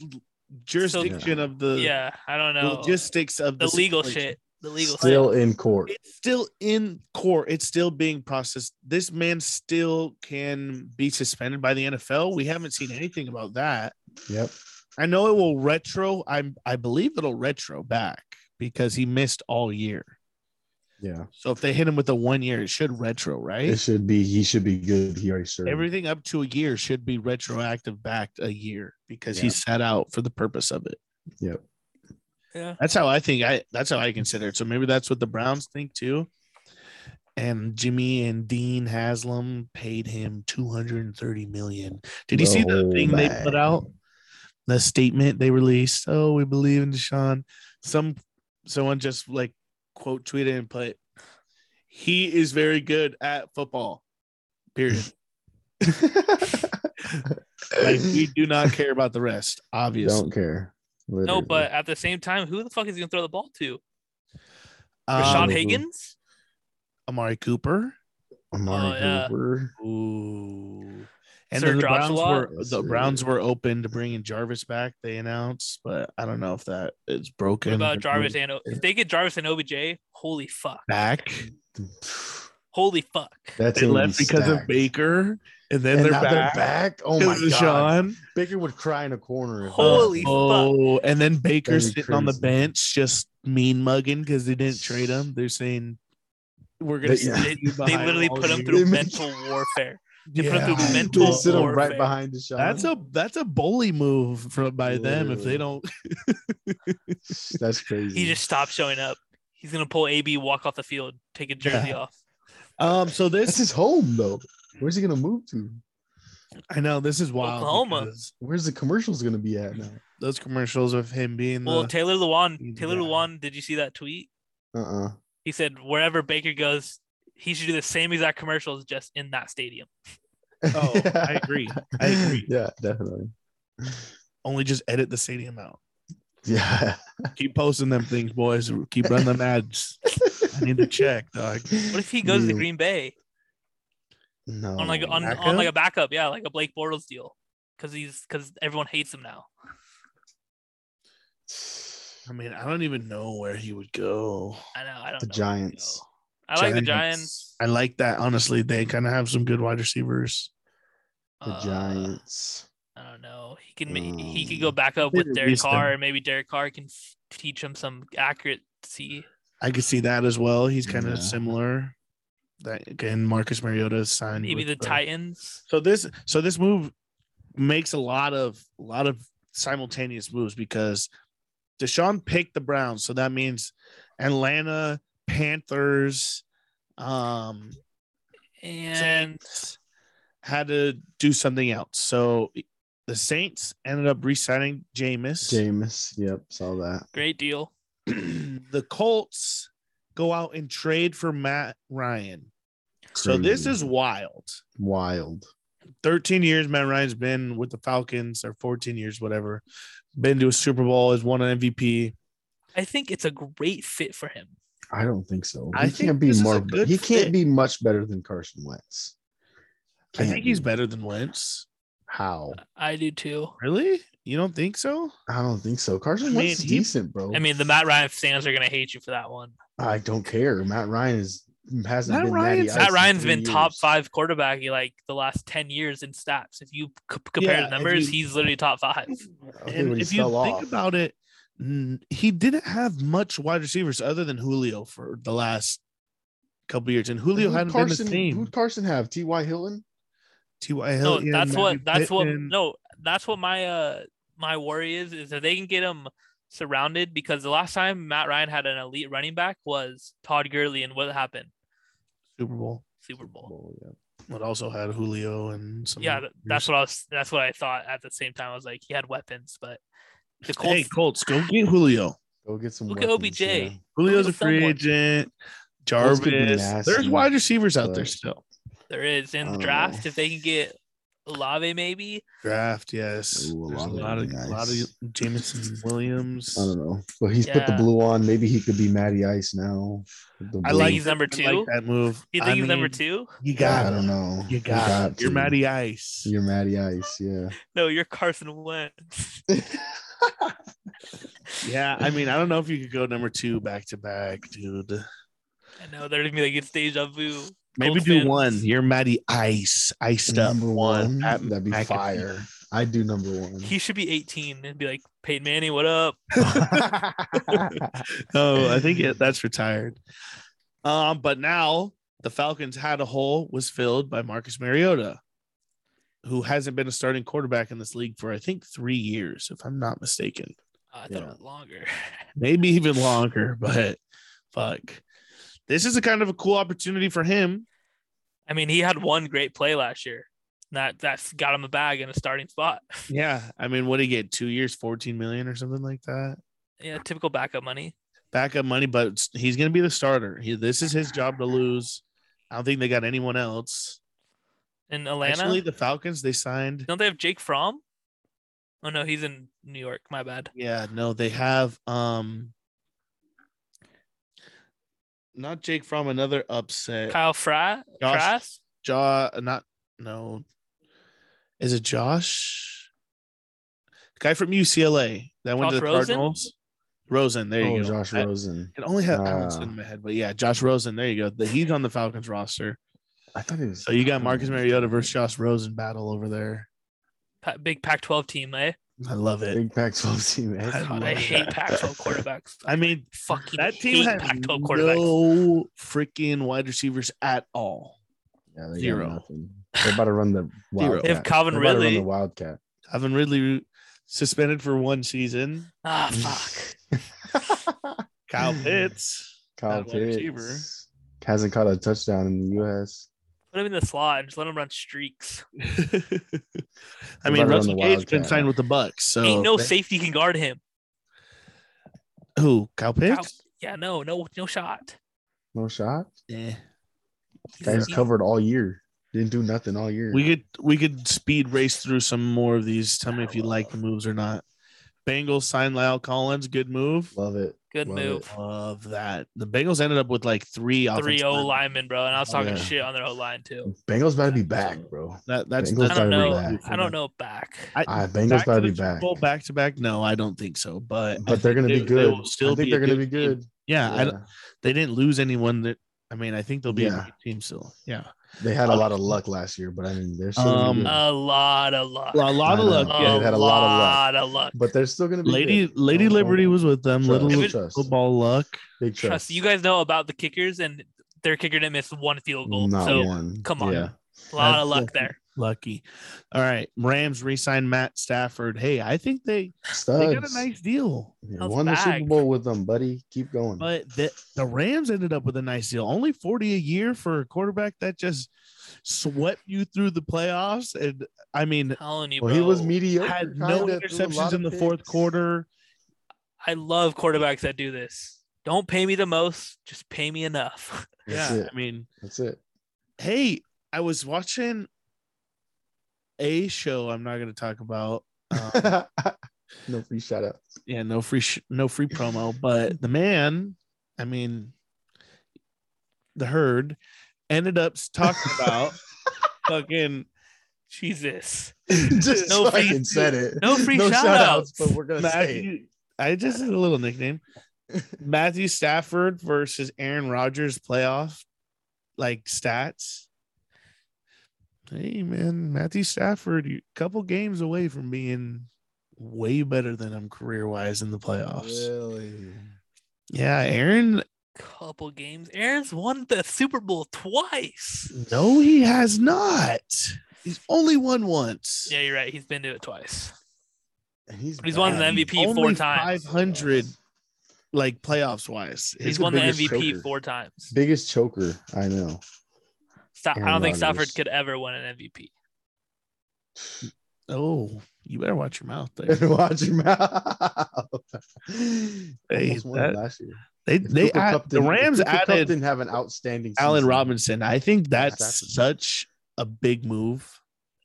Speaker 2: jurisdiction of the
Speaker 3: yeah, I don't
Speaker 2: the
Speaker 3: know
Speaker 2: logistics of
Speaker 3: the
Speaker 2: the,
Speaker 3: legal
Speaker 2: situation.
Speaker 3: shit. The legal shit.
Speaker 1: Still in court.
Speaker 2: It's still in court. It's still being processed. This man still can be suspended by the NFL. We haven't seen anything about that.
Speaker 1: Yep.
Speaker 2: I know it will retro. I'm I believe it'll retro back because he missed all year.
Speaker 1: Yeah.
Speaker 2: So if they hit him with a one year, it should retro, right?
Speaker 1: It should be. He should be good. He already served.
Speaker 2: Everything up to a year should be retroactive back a year because he
Speaker 1: Yeah.
Speaker 2: sat out for the purpose of it.
Speaker 1: Yep.
Speaker 3: Yeah.
Speaker 2: That's how I think. I that's how I consider it. So maybe that's what the Browns think too. And Jimmy and Dean Haslam paid him two hundred and thirty million. Did you see the
Speaker 1: No
Speaker 2: thing they
Speaker 1: way.
Speaker 2: put out? The statement they released. Oh, we believe in Deshaun. Some someone just like quote tweeted and put, "He is very good at football." Period. like we do not care about the rest, obviously.
Speaker 1: don't care.
Speaker 3: No,
Speaker 1: literally.
Speaker 3: but at the same time, who the fuck is he gonna throw the ball to?
Speaker 2: Um,
Speaker 3: Rashawn
Speaker 1: who-
Speaker 3: Higgins?
Speaker 2: Amari Cooper.
Speaker 1: Amari
Speaker 3: Oh, yeah.
Speaker 1: Cooper.
Speaker 2: Ooh. And
Speaker 3: Sir
Speaker 2: then the
Speaker 3: drops a
Speaker 2: Browns
Speaker 3: lot.
Speaker 2: were
Speaker 1: Yes,
Speaker 2: the
Speaker 1: sir.
Speaker 2: Browns were open to bringing Jarvis back. They announced, but I don't know if that is
Speaker 3: What
Speaker 2: broken.
Speaker 3: about Jarvis and O- if they get Jarvis and OBJ? Holy fuck!
Speaker 2: back?
Speaker 3: Holy fuck!
Speaker 1: That's
Speaker 2: They left because of Baker, and then
Speaker 1: And
Speaker 2: they're
Speaker 1: now
Speaker 2: back.
Speaker 1: they're back. Oh my
Speaker 2: because
Speaker 1: god.
Speaker 2: of Sean.
Speaker 1: Baker would cry in a corner. if that
Speaker 3: Holy
Speaker 1: happened.
Speaker 2: Oh, and then Baker's
Speaker 1: That'd be
Speaker 2: sitting on the
Speaker 1: crazy.
Speaker 2: bench, just mean mugging because they didn't trade him. They're saying we're gonna.
Speaker 1: They-
Speaker 2: sit
Speaker 1: yeah.
Speaker 2: you
Speaker 3: They, they
Speaker 2: behind
Speaker 3: literally
Speaker 2: all
Speaker 3: put him
Speaker 2: year."
Speaker 1: They
Speaker 3: through
Speaker 1: make-
Speaker 3: mental warfare. They put him
Speaker 2: Yeah.
Speaker 3: through mental
Speaker 1: They sit him
Speaker 3: warfare.
Speaker 1: right behind the shot.
Speaker 2: That's a that's a bully move from by them if they
Speaker 1: Literally.
Speaker 2: don't.
Speaker 1: that's crazy.
Speaker 3: He just stopped showing up. He's gonna pull AB, walk off the field, take a jersey
Speaker 2: Yeah.
Speaker 3: off.
Speaker 2: Um. So
Speaker 1: that's
Speaker 2: this
Speaker 1: his home though. Where's he gonna move to?
Speaker 2: I know this is wild.
Speaker 3: Oklahoma.
Speaker 2: because
Speaker 1: Where's the commercials gonna be at now?
Speaker 2: Those commercials of him being
Speaker 3: Well,
Speaker 2: the
Speaker 3: Taylor Lewan,
Speaker 2: he's
Speaker 3: Taylor
Speaker 2: the guy.
Speaker 3: Lewan, did you see that tweet?
Speaker 1: Uh uh
Speaker 3: He said wherever Baker goes, he should do the same exact commercials just in that stadium.
Speaker 2: Oh, I agree. I agree.
Speaker 1: Yeah, definitely.
Speaker 2: only just edit the stadium out.
Speaker 1: Yeah.
Speaker 2: Keep posting them things, boys. Keep running them ads. I need to check, dog.
Speaker 3: What if he goes to
Speaker 1: Real.
Speaker 3: Green Bay
Speaker 1: No.
Speaker 3: on like on, on
Speaker 2: backup?
Speaker 3: like a backup? Yeah, like a Blake Bortles deal, because he's because everyone hates him now.
Speaker 2: I mean, I don't even know where he would go.
Speaker 3: I know. I don't.
Speaker 1: The
Speaker 3: know.
Speaker 1: Giants.
Speaker 3: I like the Giants.
Speaker 2: I like that. Honestly, they kind of have some good wide receivers.
Speaker 1: The
Speaker 3: Uh,
Speaker 1: Giants.
Speaker 3: I don't know. He can ma- he could go back up with
Speaker 2: maybe
Speaker 3: Derek
Speaker 2: Houston.
Speaker 3: Carr, and maybe Derek Carr can f- teach him some accuracy.
Speaker 2: I could see that as well. He's kind of
Speaker 1: Yeah.
Speaker 2: similar. That again, Marcus Mariota is signed.
Speaker 3: Maybe
Speaker 2: with
Speaker 3: the Titans.
Speaker 2: So this, so this move makes a lot of a lot of simultaneous moves because Deshaun picked the Browns, so that means Atlanta Panthers. Um,
Speaker 3: And
Speaker 2: had to do something else. So the Saints ended up re-signing Jameis.
Speaker 1: Jameis. Yep. Saw that.
Speaker 3: great deal.
Speaker 2: the Colts go out and trade for Matt Ryan. So this
Speaker 1: Crazy.
Speaker 2: is wild.
Speaker 1: wild.
Speaker 2: 13 years Matt Ryan's been with the Falcons, or 14 years, whatever. Been to a Super Bowl, has won an MVP.
Speaker 3: I think it's a great fit for him.
Speaker 1: I don't think so.
Speaker 2: I
Speaker 1: He
Speaker 2: think
Speaker 1: can't be
Speaker 2: this is a
Speaker 1: more.
Speaker 2: good
Speaker 1: He can't
Speaker 2: fit.
Speaker 1: be much better than Carson Wentz.
Speaker 2: I
Speaker 1: Can't
Speaker 2: think he's
Speaker 1: be.
Speaker 2: better than Wentz.
Speaker 1: How?
Speaker 3: I do too.
Speaker 2: Really? You don't think so?
Speaker 1: I don't think so. Carson
Speaker 2: I mean,
Speaker 1: Wentz is
Speaker 2: he-
Speaker 1: decent, bro.
Speaker 3: I mean, the Matt Ryan fans are gonna hate you for that one.
Speaker 1: I don't care. Matt Ryan is hasn't
Speaker 2: Matt
Speaker 1: been
Speaker 2: Ryan's-
Speaker 1: Matty Ice
Speaker 3: Matt
Speaker 1: in
Speaker 3: Ryan's
Speaker 1: three
Speaker 3: been top
Speaker 1: years.
Speaker 3: five quarterback in, like the last ten years in stats. If you c- compare
Speaker 2: Yeah,
Speaker 3: the
Speaker 2: if
Speaker 3: numbers,
Speaker 2: you-
Speaker 3: he's literally top five.
Speaker 1: Okay,
Speaker 2: and
Speaker 1: but he
Speaker 2: if you
Speaker 1: fell
Speaker 2: think
Speaker 1: off.
Speaker 2: about it, n- he didn't have much wide receivers other than Julio for the last couple years, and Julio
Speaker 1: Who'd
Speaker 2: hadn't
Speaker 1: Carson,
Speaker 2: been the same.
Speaker 1: Who'd Carson have? T. Y. Hilton.
Speaker 2: T.Y.
Speaker 3: No,
Speaker 2: Hilton,
Speaker 3: that's what
Speaker 2: Matthew
Speaker 3: that's what
Speaker 2: Pittman.
Speaker 3: no, that's what my uh my worry is is that they can get him surrounded because the last time Matt Ryan had an elite running back was Todd Gurley and what happened?
Speaker 2: Super Bowl,
Speaker 3: Super Bowl.
Speaker 1: Oh, yeah.
Speaker 2: but also had Julio and some.
Speaker 3: Yeah, th- that's
Speaker 2: others.
Speaker 3: what I was that's what I thought at the same time. I was like, he had weapons, but the Colts
Speaker 2: Hey, Colts, go get Julio.
Speaker 1: Go get some.
Speaker 3: Look at
Speaker 1: weapons,
Speaker 3: OBJ.
Speaker 1: yeah.
Speaker 2: Julio's
Speaker 3: Go
Speaker 2: a
Speaker 3: get
Speaker 2: free
Speaker 3: someone.
Speaker 2: agent.
Speaker 1: Colts could be
Speaker 2: Jarvis,
Speaker 1: nasty,
Speaker 2: there's wide receivers out there
Speaker 1: but-
Speaker 2: still.
Speaker 3: there is
Speaker 1: I
Speaker 3: in the
Speaker 1: don't know.
Speaker 3: draft, if
Speaker 2: Mm.
Speaker 3: they can get Olave maybe.
Speaker 2: Draft, yes.
Speaker 1: Ooh, a
Speaker 2: there's a
Speaker 1: lot of
Speaker 2: lot of
Speaker 1: guys.
Speaker 2: a lot of Jameson Williams.
Speaker 1: I don't know, but he's put the
Speaker 3: Yeah.
Speaker 1: blue on. Maybe he could be Matty Ice now. The
Speaker 2: I
Speaker 1: blue.
Speaker 2: like
Speaker 3: He's number two.
Speaker 2: I like that move.
Speaker 3: You think
Speaker 2: I
Speaker 3: he's number
Speaker 2: mean,
Speaker 3: two?
Speaker 2: You got.
Speaker 1: God, I don't
Speaker 2: him.
Speaker 1: know.
Speaker 2: You got, it. you're
Speaker 1: to.
Speaker 2: Matty Ice.
Speaker 1: You're Matty Ice. Yeah.
Speaker 3: No, you're Carson Wentz.
Speaker 2: Yeah, I mean, I don't know if you could go number two back to back, dude.
Speaker 3: I know they're gonna be like it's deja vu.
Speaker 2: Maybe
Speaker 3: Colts
Speaker 2: do
Speaker 3: fans.
Speaker 2: one. You're Matty Ice, iced up.
Speaker 1: number one.
Speaker 2: at
Speaker 1: That'd be
Speaker 2: McAfee.
Speaker 1: fire. I do number one.
Speaker 3: He should be 18 and be like, Peyton Manning, what up?
Speaker 2: oh, I think it, that's retired. Um, but now the Falcons had a hole was filled by Marcus Mariota, who hasn't been a starting quarterback in this league for I think three years, if I'm not mistaken.
Speaker 3: Ah, I thought
Speaker 1: Yeah.
Speaker 3: it was longer.
Speaker 2: maybe even longer, but fuck. This is a kind of a cool opportunity for him.
Speaker 3: I mean, he had one great play last year. That that got him a bag in a starting spot.
Speaker 2: Yeah. I mean, what did he get? Two years, 14 million or something like that.
Speaker 3: Yeah, typical backup money.
Speaker 2: Backup money, but he's going to be the starter. He, this is his job to lose. I don't think they got anyone else.
Speaker 3: In Atlanta,
Speaker 2: Actually, the Falcons, they signed.
Speaker 3: don't they have Jake Fromm? Oh no, he's in New York. My bad.
Speaker 2: Yeah. No, they have, um, not Jake from another upset.
Speaker 3: Kyle Fry,
Speaker 2: Josh.
Speaker 3: Frass?
Speaker 2: Jaw, not no. Is it Josh? Guy from UCLA that went to
Speaker 3: Josh
Speaker 2: the
Speaker 3: Rosen?
Speaker 2: Cardinals. Rosen, there you
Speaker 1: oh,
Speaker 2: go.
Speaker 1: Josh
Speaker 2: I,
Speaker 1: Rosen.
Speaker 2: it only had Allen
Speaker 1: Ah.
Speaker 2: in my head, but yeah, Josh Rosen. There you go. The, he's on the Falcons roster.
Speaker 1: I thought he was.
Speaker 2: So you got
Speaker 1: Hmm.
Speaker 2: Marcus Mariota versus Josh Rosen battle over there.
Speaker 3: Pa- big Pac-12 team, eh?
Speaker 2: I love it.
Speaker 1: Big Pac-12 team. man.
Speaker 2: I
Speaker 3: God, I
Speaker 2: love
Speaker 3: hate
Speaker 2: that.
Speaker 3: Pac-12 quarterbacks. I
Speaker 2: I mean,
Speaker 3: fucking
Speaker 2: that team
Speaker 3: hate
Speaker 2: had
Speaker 3: Pac-12 quarterbacks.
Speaker 2: no freaking wide receivers at all.
Speaker 1: Yeah, they got
Speaker 2: Zero.
Speaker 1: nothing. They're about to run the wildcat.
Speaker 3: If Calvin
Speaker 1: They're about to run
Speaker 3: Ridley-
Speaker 1: the wildcat.
Speaker 2: Calvin Ridley suspended for one season.
Speaker 3: Ah, fuck.
Speaker 2: Kyle Pitts.
Speaker 1: Kyle
Speaker 2: That wide receiver.
Speaker 1: Pitts hasn't caught a touchdown in the U.S.
Speaker 3: Put him in the slot and just let him run streaks.
Speaker 2: I mean,
Speaker 1: Better
Speaker 2: Russell
Speaker 1: than the
Speaker 2: Gage's been
Speaker 1: Wildcat.
Speaker 2: signed with the Bucks. So
Speaker 3: Ain't no safety can guard him.
Speaker 2: who Kyle Pitts?
Speaker 3: Kyle- yeah, no, no, no shot.
Speaker 1: No shot.
Speaker 2: Yeah.
Speaker 3: He's-
Speaker 1: Guys
Speaker 3: he's-
Speaker 1: covered all year. Didn't do nothing all year.
Speaker 2: We could we could speed race through some more of these. Tell me if you like the moves or not. Bengals sign Lyle Collins. Good move.
Speaker 1: love it.
Speaker 3: Good
Speaker 1: Love it.
Speaker 3: move.
Speaker 2: Love that. The Bengals ended up with like three
Speaker 3: Three
Speaker 2: offensive
Speaker 3: O
Speaker 2: linemen.
Speaker 3: linemen, bro, and I was talking
Speaker 1: Yeah.
Speaker 3: shit on their O line too.
Speaker 1: Bengals about to be back, bro.
Speaker 2: That that's
Speaker 1: Bengals
Speaker 3: I
Speaker 2: that's
Speaker 1: gotta
Speaker 3: don't
Speaker 1: be
Speaker 3: know.
Speaker 1: back.
Speaker 3: I don't know back.
Speaker 2: I,
Speaker 1: Ah, Bengals about to be
Speaker 2: the Super
Speaker 1: back,
Speaker 2: Bowl back to back. No, I don't think so. But I
Speaker 1: but they're gonna
Speaker 2: think
Speaker 1: be
Speaker 2: they- they
Speaker 1: good.
Speaker 2: will still
Speaker 1: I think
Speaker 2: be
Speaker 1: they're
Speaker 2: a
Speaker 1: gonna be
Speaker 2: good team.
Speaker 1: good.
Speaker 2: yeah, I don't-
Speaker 1: Yeah.
Speaker 2: they didn't lose anyone. That I mean, I think they'll be a
Speaker 1: Yeah.
Speaker 2: good team still. Yeah,
Speaker 1: they had a lot of luck last year, but I mean, they're still.
Speaker 2: Uh,
Speaker 1: gonna be
Speaker 2: Um,
Speaker 1: good.
Speaker 3: A lot of luck.
Speaker 2: a lot of
Speaker 1: I know.
Speaker 2: luck. Yeah.
Speaker 1: They've had a lot of luck.
Speaker 3: lot of luck.
Speaker 1: but they're still gonna Oh, be
Speaker 2: Lady
Speaker 1: good.
Speaker 2: Lady
Speaker 1: Don't-
Speaker 2: Liberty
Speaker 1: don't-
Speaker 2: was with them. Little
Speaker 3: If it-
Speaker 1: trust.
Speaker 2: football luck.
Speaker 1: big
Speaker 3: trust.
Speaker 1: trust.
Speaker 3: you guys know about the kickers, and their kicker didn't miss one field goal.
Speaker 1: Not
Speaker 3: so
Speaker 1: one.
Speaker 3: come on.
Speaker 1: Yeah.
Speaker 3: a lot of
Speaker 2: That's
Speaker 3: luck there.
Speaker 2: Lucky. All right. Rams re-signed Matt Stafford. Hey, I think they, they got
Speaker 1: Studs.
Speaker 2: a nice deal.
Speaker 1: Yeah,
Speaker 3: Studs
Speaker 1: Won the
Speaker 3: back.
Speaker 1: Super Bowl with them, buddy. Keep going.
Speaker 2: But the, the Rams ended up with a nice deal. Only 40 a year for a quarterback that just swept you through the playoffs. And I mean,
Speaker 3: Telling you,
Speaker 1: well, he
Speaker 3: bro.
Speaker 1: was mediocre.
Speaker 2: had no
Speaker 1: kinda, threw a
Speaker 2: interceptions
Speaker 1: lot
Speaker 2: in the
Speaker 1: of
Speaker 2: fourth
Speaker 1: picks.
Speaker 2: quarter.
Speaker 3: I love quarterbacks that do this. Don't pay me the most, just pay me enough.
Speaker 1: That's
Speaker 2: yeah.
Speaker 1: it.
Speaker 2: I mean,
Speaker 1: That's it.
Speaker 2: hey, I was watching a show I'm not going to talk about. Um,
Speaker 1: no free shout out.
Speaker 2: yeah, no free sh- no free promo, but the man, I mean, the herd ended up talking about fucking
Speaker 3: Jesus.
Speaker 1: Just
Speaker 3: No free-
Speaker 1: fucking said it.
Speaker 3: no free shout outs.
Speaker 1: but we're gonna say it.
Speaker 2: Matthew. I just had a little nickname, Matthew Stafford versus Aaron Rodgers playoff like stats. Hey man, Matthew Stafford, you couple games away from being way better than him career wise in the
Speaker 1: Oh,
Speaker 2: playoffs.
Speaker 1: Really?
Speaker 2: Yeah, Aaron
Speaker 3: Couple games. Aaron's won the Super Bowl twice.
Speaker 2: No, he has not. He's only won once.
Speaker 3: Yeah, you're right. He's been to it twice.
Speaker 1: And he's
Speaker 3: He's won the
Speaker 1: back.
Speaker 3: MVP
Speaker 2: Only
Speaker 3: four times.
Speaker 2: 500, like playoffs wise.
Speaker 3: He's,
Speaker 1: He's the
Speaker 3: won the
Speaker 1: biggest
Speaker 3: MVP
Speaker 1: choker.
Speaker 3: four times.
Speaker 1: Biggest choker I know.
Speaker 3: Sta- I
Speaker 1: Aaron
Speaker 3: don't think
Speaker 1: Rodgers.
Speaker 3: Stafford could ever win an MVP.
Speaker 2: Oh, you better watch your mouth there.
Speaker 1: Watch your mouth.
Speaker 2: Hey,
Speaker 1: Almost won
Speaker 2: that-
Speaker 1: last year.
Speaker 2: They
Speaker 1: If
Speaker 2: they
Speaker 1: Cooper
Speaker 2: add,
Speaker 1: Kupp
Speaker 2: the
Speaker 1: didn't- if
Speaker 2: Rams
Speaker 1: Cooper Kupp
Speaker 2: added
Speaker 1: didn't have an outstanding.
Speaker 2: Allen
Speaker 1: season.
Speaker 2: Robinson. I think that's
Speaker 1: Stafford.
Speaker 2: such a big move.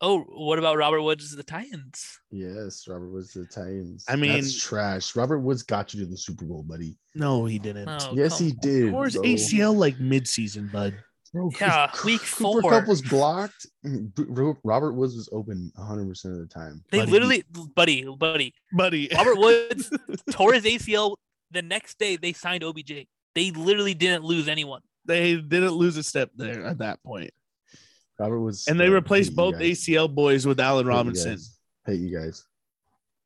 Speaker 3: Oh, what about Robert Woods of the Titans?
Speaker 1: Yes, Robert Woods to the Titans.
Speaker 2: I mean-
Speaker 1: that's trash. Robert Woods got you to the Super Bowl, buddy.
Speaker 2: No, he didn't.
Speaker 3: No. Oh,
Speaker 1: yes,
Speaker 3: come
Speaker 1: he
Speaker 3: on.
Speaker 1: did.
Speaker 2: Or is
Speaker 1: bro.
Speaker 2: ACL like midseason, bud?
Speaker 1: Bro,
Speaker 3: Yeah,
Speaker 1: Cooper-
Speaker 3: week
Speaker 1: Cooper
Speaker 3: four.
Speaker 1: Cup was blocked. Ro- Robert Woods was open 100 percent of the time.
Speaker 3: They
Speaker 2: Buddy.
Speaker 3: literally, buddy, buddy.
Speaker 2: Buddy.
Speaker 3: Robert Woods tore his ACL the next day. They signed OBJ. They literally didn't lose anyone.
Speaker 2: they didn't lose a step there at that point.
Speaker 1: Robert Woods,
Speaker 2: And they
Speaker 1: bro,
Speaker 2: replaced
Speaker 1: hate you
Speaker 2: both
Speaker 1: guys.
Speaker 2: ACL boys with Allen
Speaker 1: Hate you
Speaker 2: Robinson.
Speaker 1: guys. Hate you guys.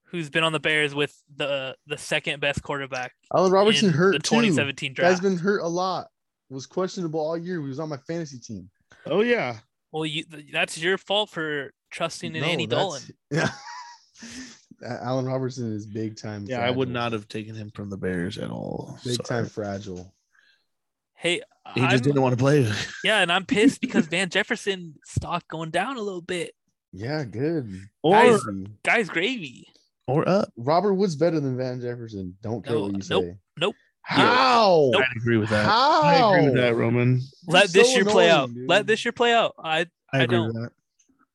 Speaker 3: Who's been on the Bears with the the second best quarterback
Speaker 1: Allen Robinson
Speaker 3: in
Speaker 1: hurt
Speaker 3: the
Speaker 1: too.
Speaker 3: 2017
Speaker 1: Guy's
Speaker 3: draft?
Speaker 1: been hurt a lot. Was questionable all year. He was on my fantasy team.
Speaker 2: Oh yeah.
Speaker 3: well, you that's your fault for trusting in Andy Dolan.
Speaker 1: Yeah. Allen Robertson is big time.
Speaker 2: Yeah, I would
Speaker 1: fragile.
Speaker 2: not have taken him from the Bears at all.
Speaker 1: Big
Speaker 2: Sorry.
Speaker 1: time fragile.
Speaker 3: Hey,
Speaker 2: He
Speaker 3: I'm-
Speaker 2: just didn't want to play.
Speaker 3: yeah, and I'm pissed because Van Jefferson stock going down a little bit.
Speaker 1: Yeah, good.
Speaker 2: Or
Speaker 3: Guys-
Speaker 1: Crazy.
Speaker 3: Guys, gravy.
Speaker 2: or up.
Speaker 1: Robert Woods better than Van Jefferson. Don't care
Speaker 3: No,
Speaker 1: what you
Speaker 3: nope,
Speaker 1: say.
Speaker 3: nope.
Speaker 1: How?
Speaker 2: I agree with that.
Speaker 1: How?
Speaker 2: I agree with that, Roman.
Speaker 3: Let
Speaker 1: He's
Speaker 3: this
Speaker 1: so
Speaker 3: year play out.
Speaker 1: annoying, dude.
Speaker 3: Let this year play out. I
Speaker 2: I
Speaker 3: I
Speaker 2: agree
Speaker 3: don't.
Speaker 2: with that.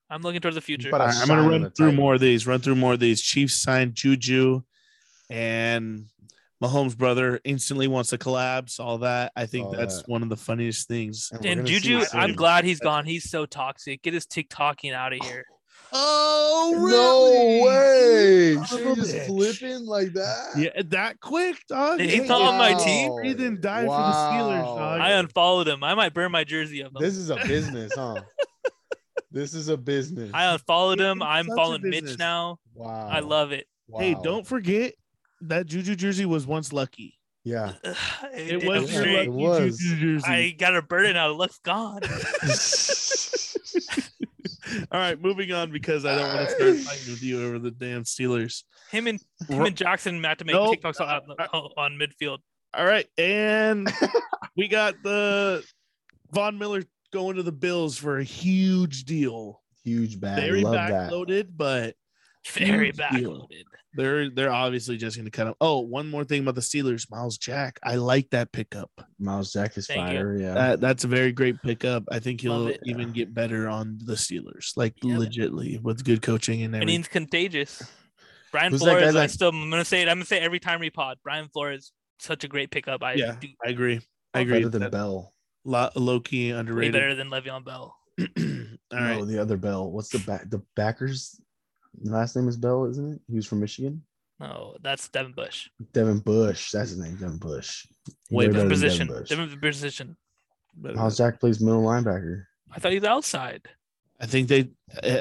Speaker 3: I'm looking towards the future.
Speaker 1: But
Speaker 2: All
Speaker 1: I-
Speaker 2: right, I'm gonna
Speaker 1: Sign
Speaker 2: run
Speaker 1: the
Speaker 2: through
Speaker 1: Titans.
Speaker 2: more of these. Run through more of these. Chiefs signed Juju, and Mahomes' brother instantly wants to collapse. All that. I think
Speaker 1: All
Speaker 2: that's
Speaker 1: that.
Speaker 2: one of the funniest things.
Speaker 1: And we're
Speaker 3: and
Speaker 1: gonna see
Speaker 3: Juju,
Speaker 1: it soon.
Speaker 3: I'm glad he's gone. He's so toxic. Get his TikToking out of here.
Speaker 2: Oh
Speaker 1: No way.
Speaker 2: Son
Speaker 1: You're
Speaker 2: of a
Speaker 1: just
Speaker 2: bitch.
Speaker 1: flipping like that.
Speaker 2: Yeah, that quick, dog.
Speaker 3: Did he
Speaker 2: Hey,
Speaker 3: thought- on my team?
Speaker 1: Wow.
Speaker 2: He didn't die for the Steelers, dog.
Speaker 3: I unfollowed him. I might burn my jersey of him.
Speaker 1: Oh, This is a business, huh? this is a business.
Speaker 3: I unfollowed him.
Speaker 2: It's
Speaker 3: I'm
Speaker 2: such a
Speaker 3: following
Speaker 2: business.
Speaker 3: Mitch now.
Speaker 1: wow.
Speaker 3: I love it.
Speaker 1: Wow.
Speaker 2: hey, don't forget that Juju jersey was once lucky.
Speaker 1: Yeah.
Speaker 3: It,
Speaker 2: It
Speaker 3: it
Speaker 2: was
Speaker 1: was.
Speaker 2: your
Speaker 3: great.
Speaker 2: lucky
Speaker 1: It was.
Speaker 2: Juju jersey.
Speaker 3: I got a burden out. It looks gone.
Speaker 2: All right, moving on because I don't want to start fighting with you over the damn Steelers.
Speaker 3: Him and him and Jackson have to make
Speaker 2: Nope.
Speaker 3: TikToks on,
Speaker 1: Uh,
Speaker 3: on midfield.
Speaker 2: All right, and we got the Von Miller going to the Bills for a huge deal.
Speaker 1: Huge bag.
Speaker 2: Very
Speaker 1: Love that.
Speaker 2: backloaded, but
Speaker 3: Very
Speaker 2: Huge deal.
Speaker 3: backloaded.
Speaker 2: they're they're obviously just going to cut him. Oh, one more thing about the Steelers, Miles Jack. I like that pickup.
Speaker 1: Miles Jack is
Speaker 3: Thank you.
Speaker 1: fire. Yeah.
Speaker 2: That that's a very great pickup. I think
Speaker 3: Love
Speaker 2: he'll
Speaker 3: it.
Speaker 2: even get better on the Steelers, like
Speaker 3: Yeah.
Speaker 2: legitly with good coaching and
Speaker 3: And
Speaker 2: everything.
Speaker 3: he's contagious. Brian
Speaker 1: Who's that guy
Speaker 3: Flores, I
Speaker 1: that-
Speaker 3: still, I'm gonna say it. I'm gonna say it every time we pod. Brian Flores, such a great pickup. I
Speaker 2: Yeah.
Speaker 3: do
Speaker 2: I agree. I agree.
Speaker 1: Better than
Speaker 2: That-
Speaker 1: Bell.
Speaker 2: Lo- Loki
Speaker 3: way
Speaker 2: underrated.
Speaker 3: better than Le'Veon Bell.
Speaker 2: All right.
Speaker 1: No, the other Bell. What's the back? The backers. The last name is Bell, isn't it? He was from Michigan.
Speaker 3: No, that's Devin Bush.
Speaker 1: Devin Bush. That's his name. Devin Bush.
Speaker 2: Way
Speaker 1: They're than
Speaker 2: better
Speaker 3: Different position.
Speaker 1: Devin Bush.
Speaker 3: Different position.
Speaker 2: Better
Speaker 1: Miles
Speaker 2: than-
Speaker 1: Jack plays middle linebacker.
Speaker 3: I thought he was outside.
Speaker 2: I think they. Uh,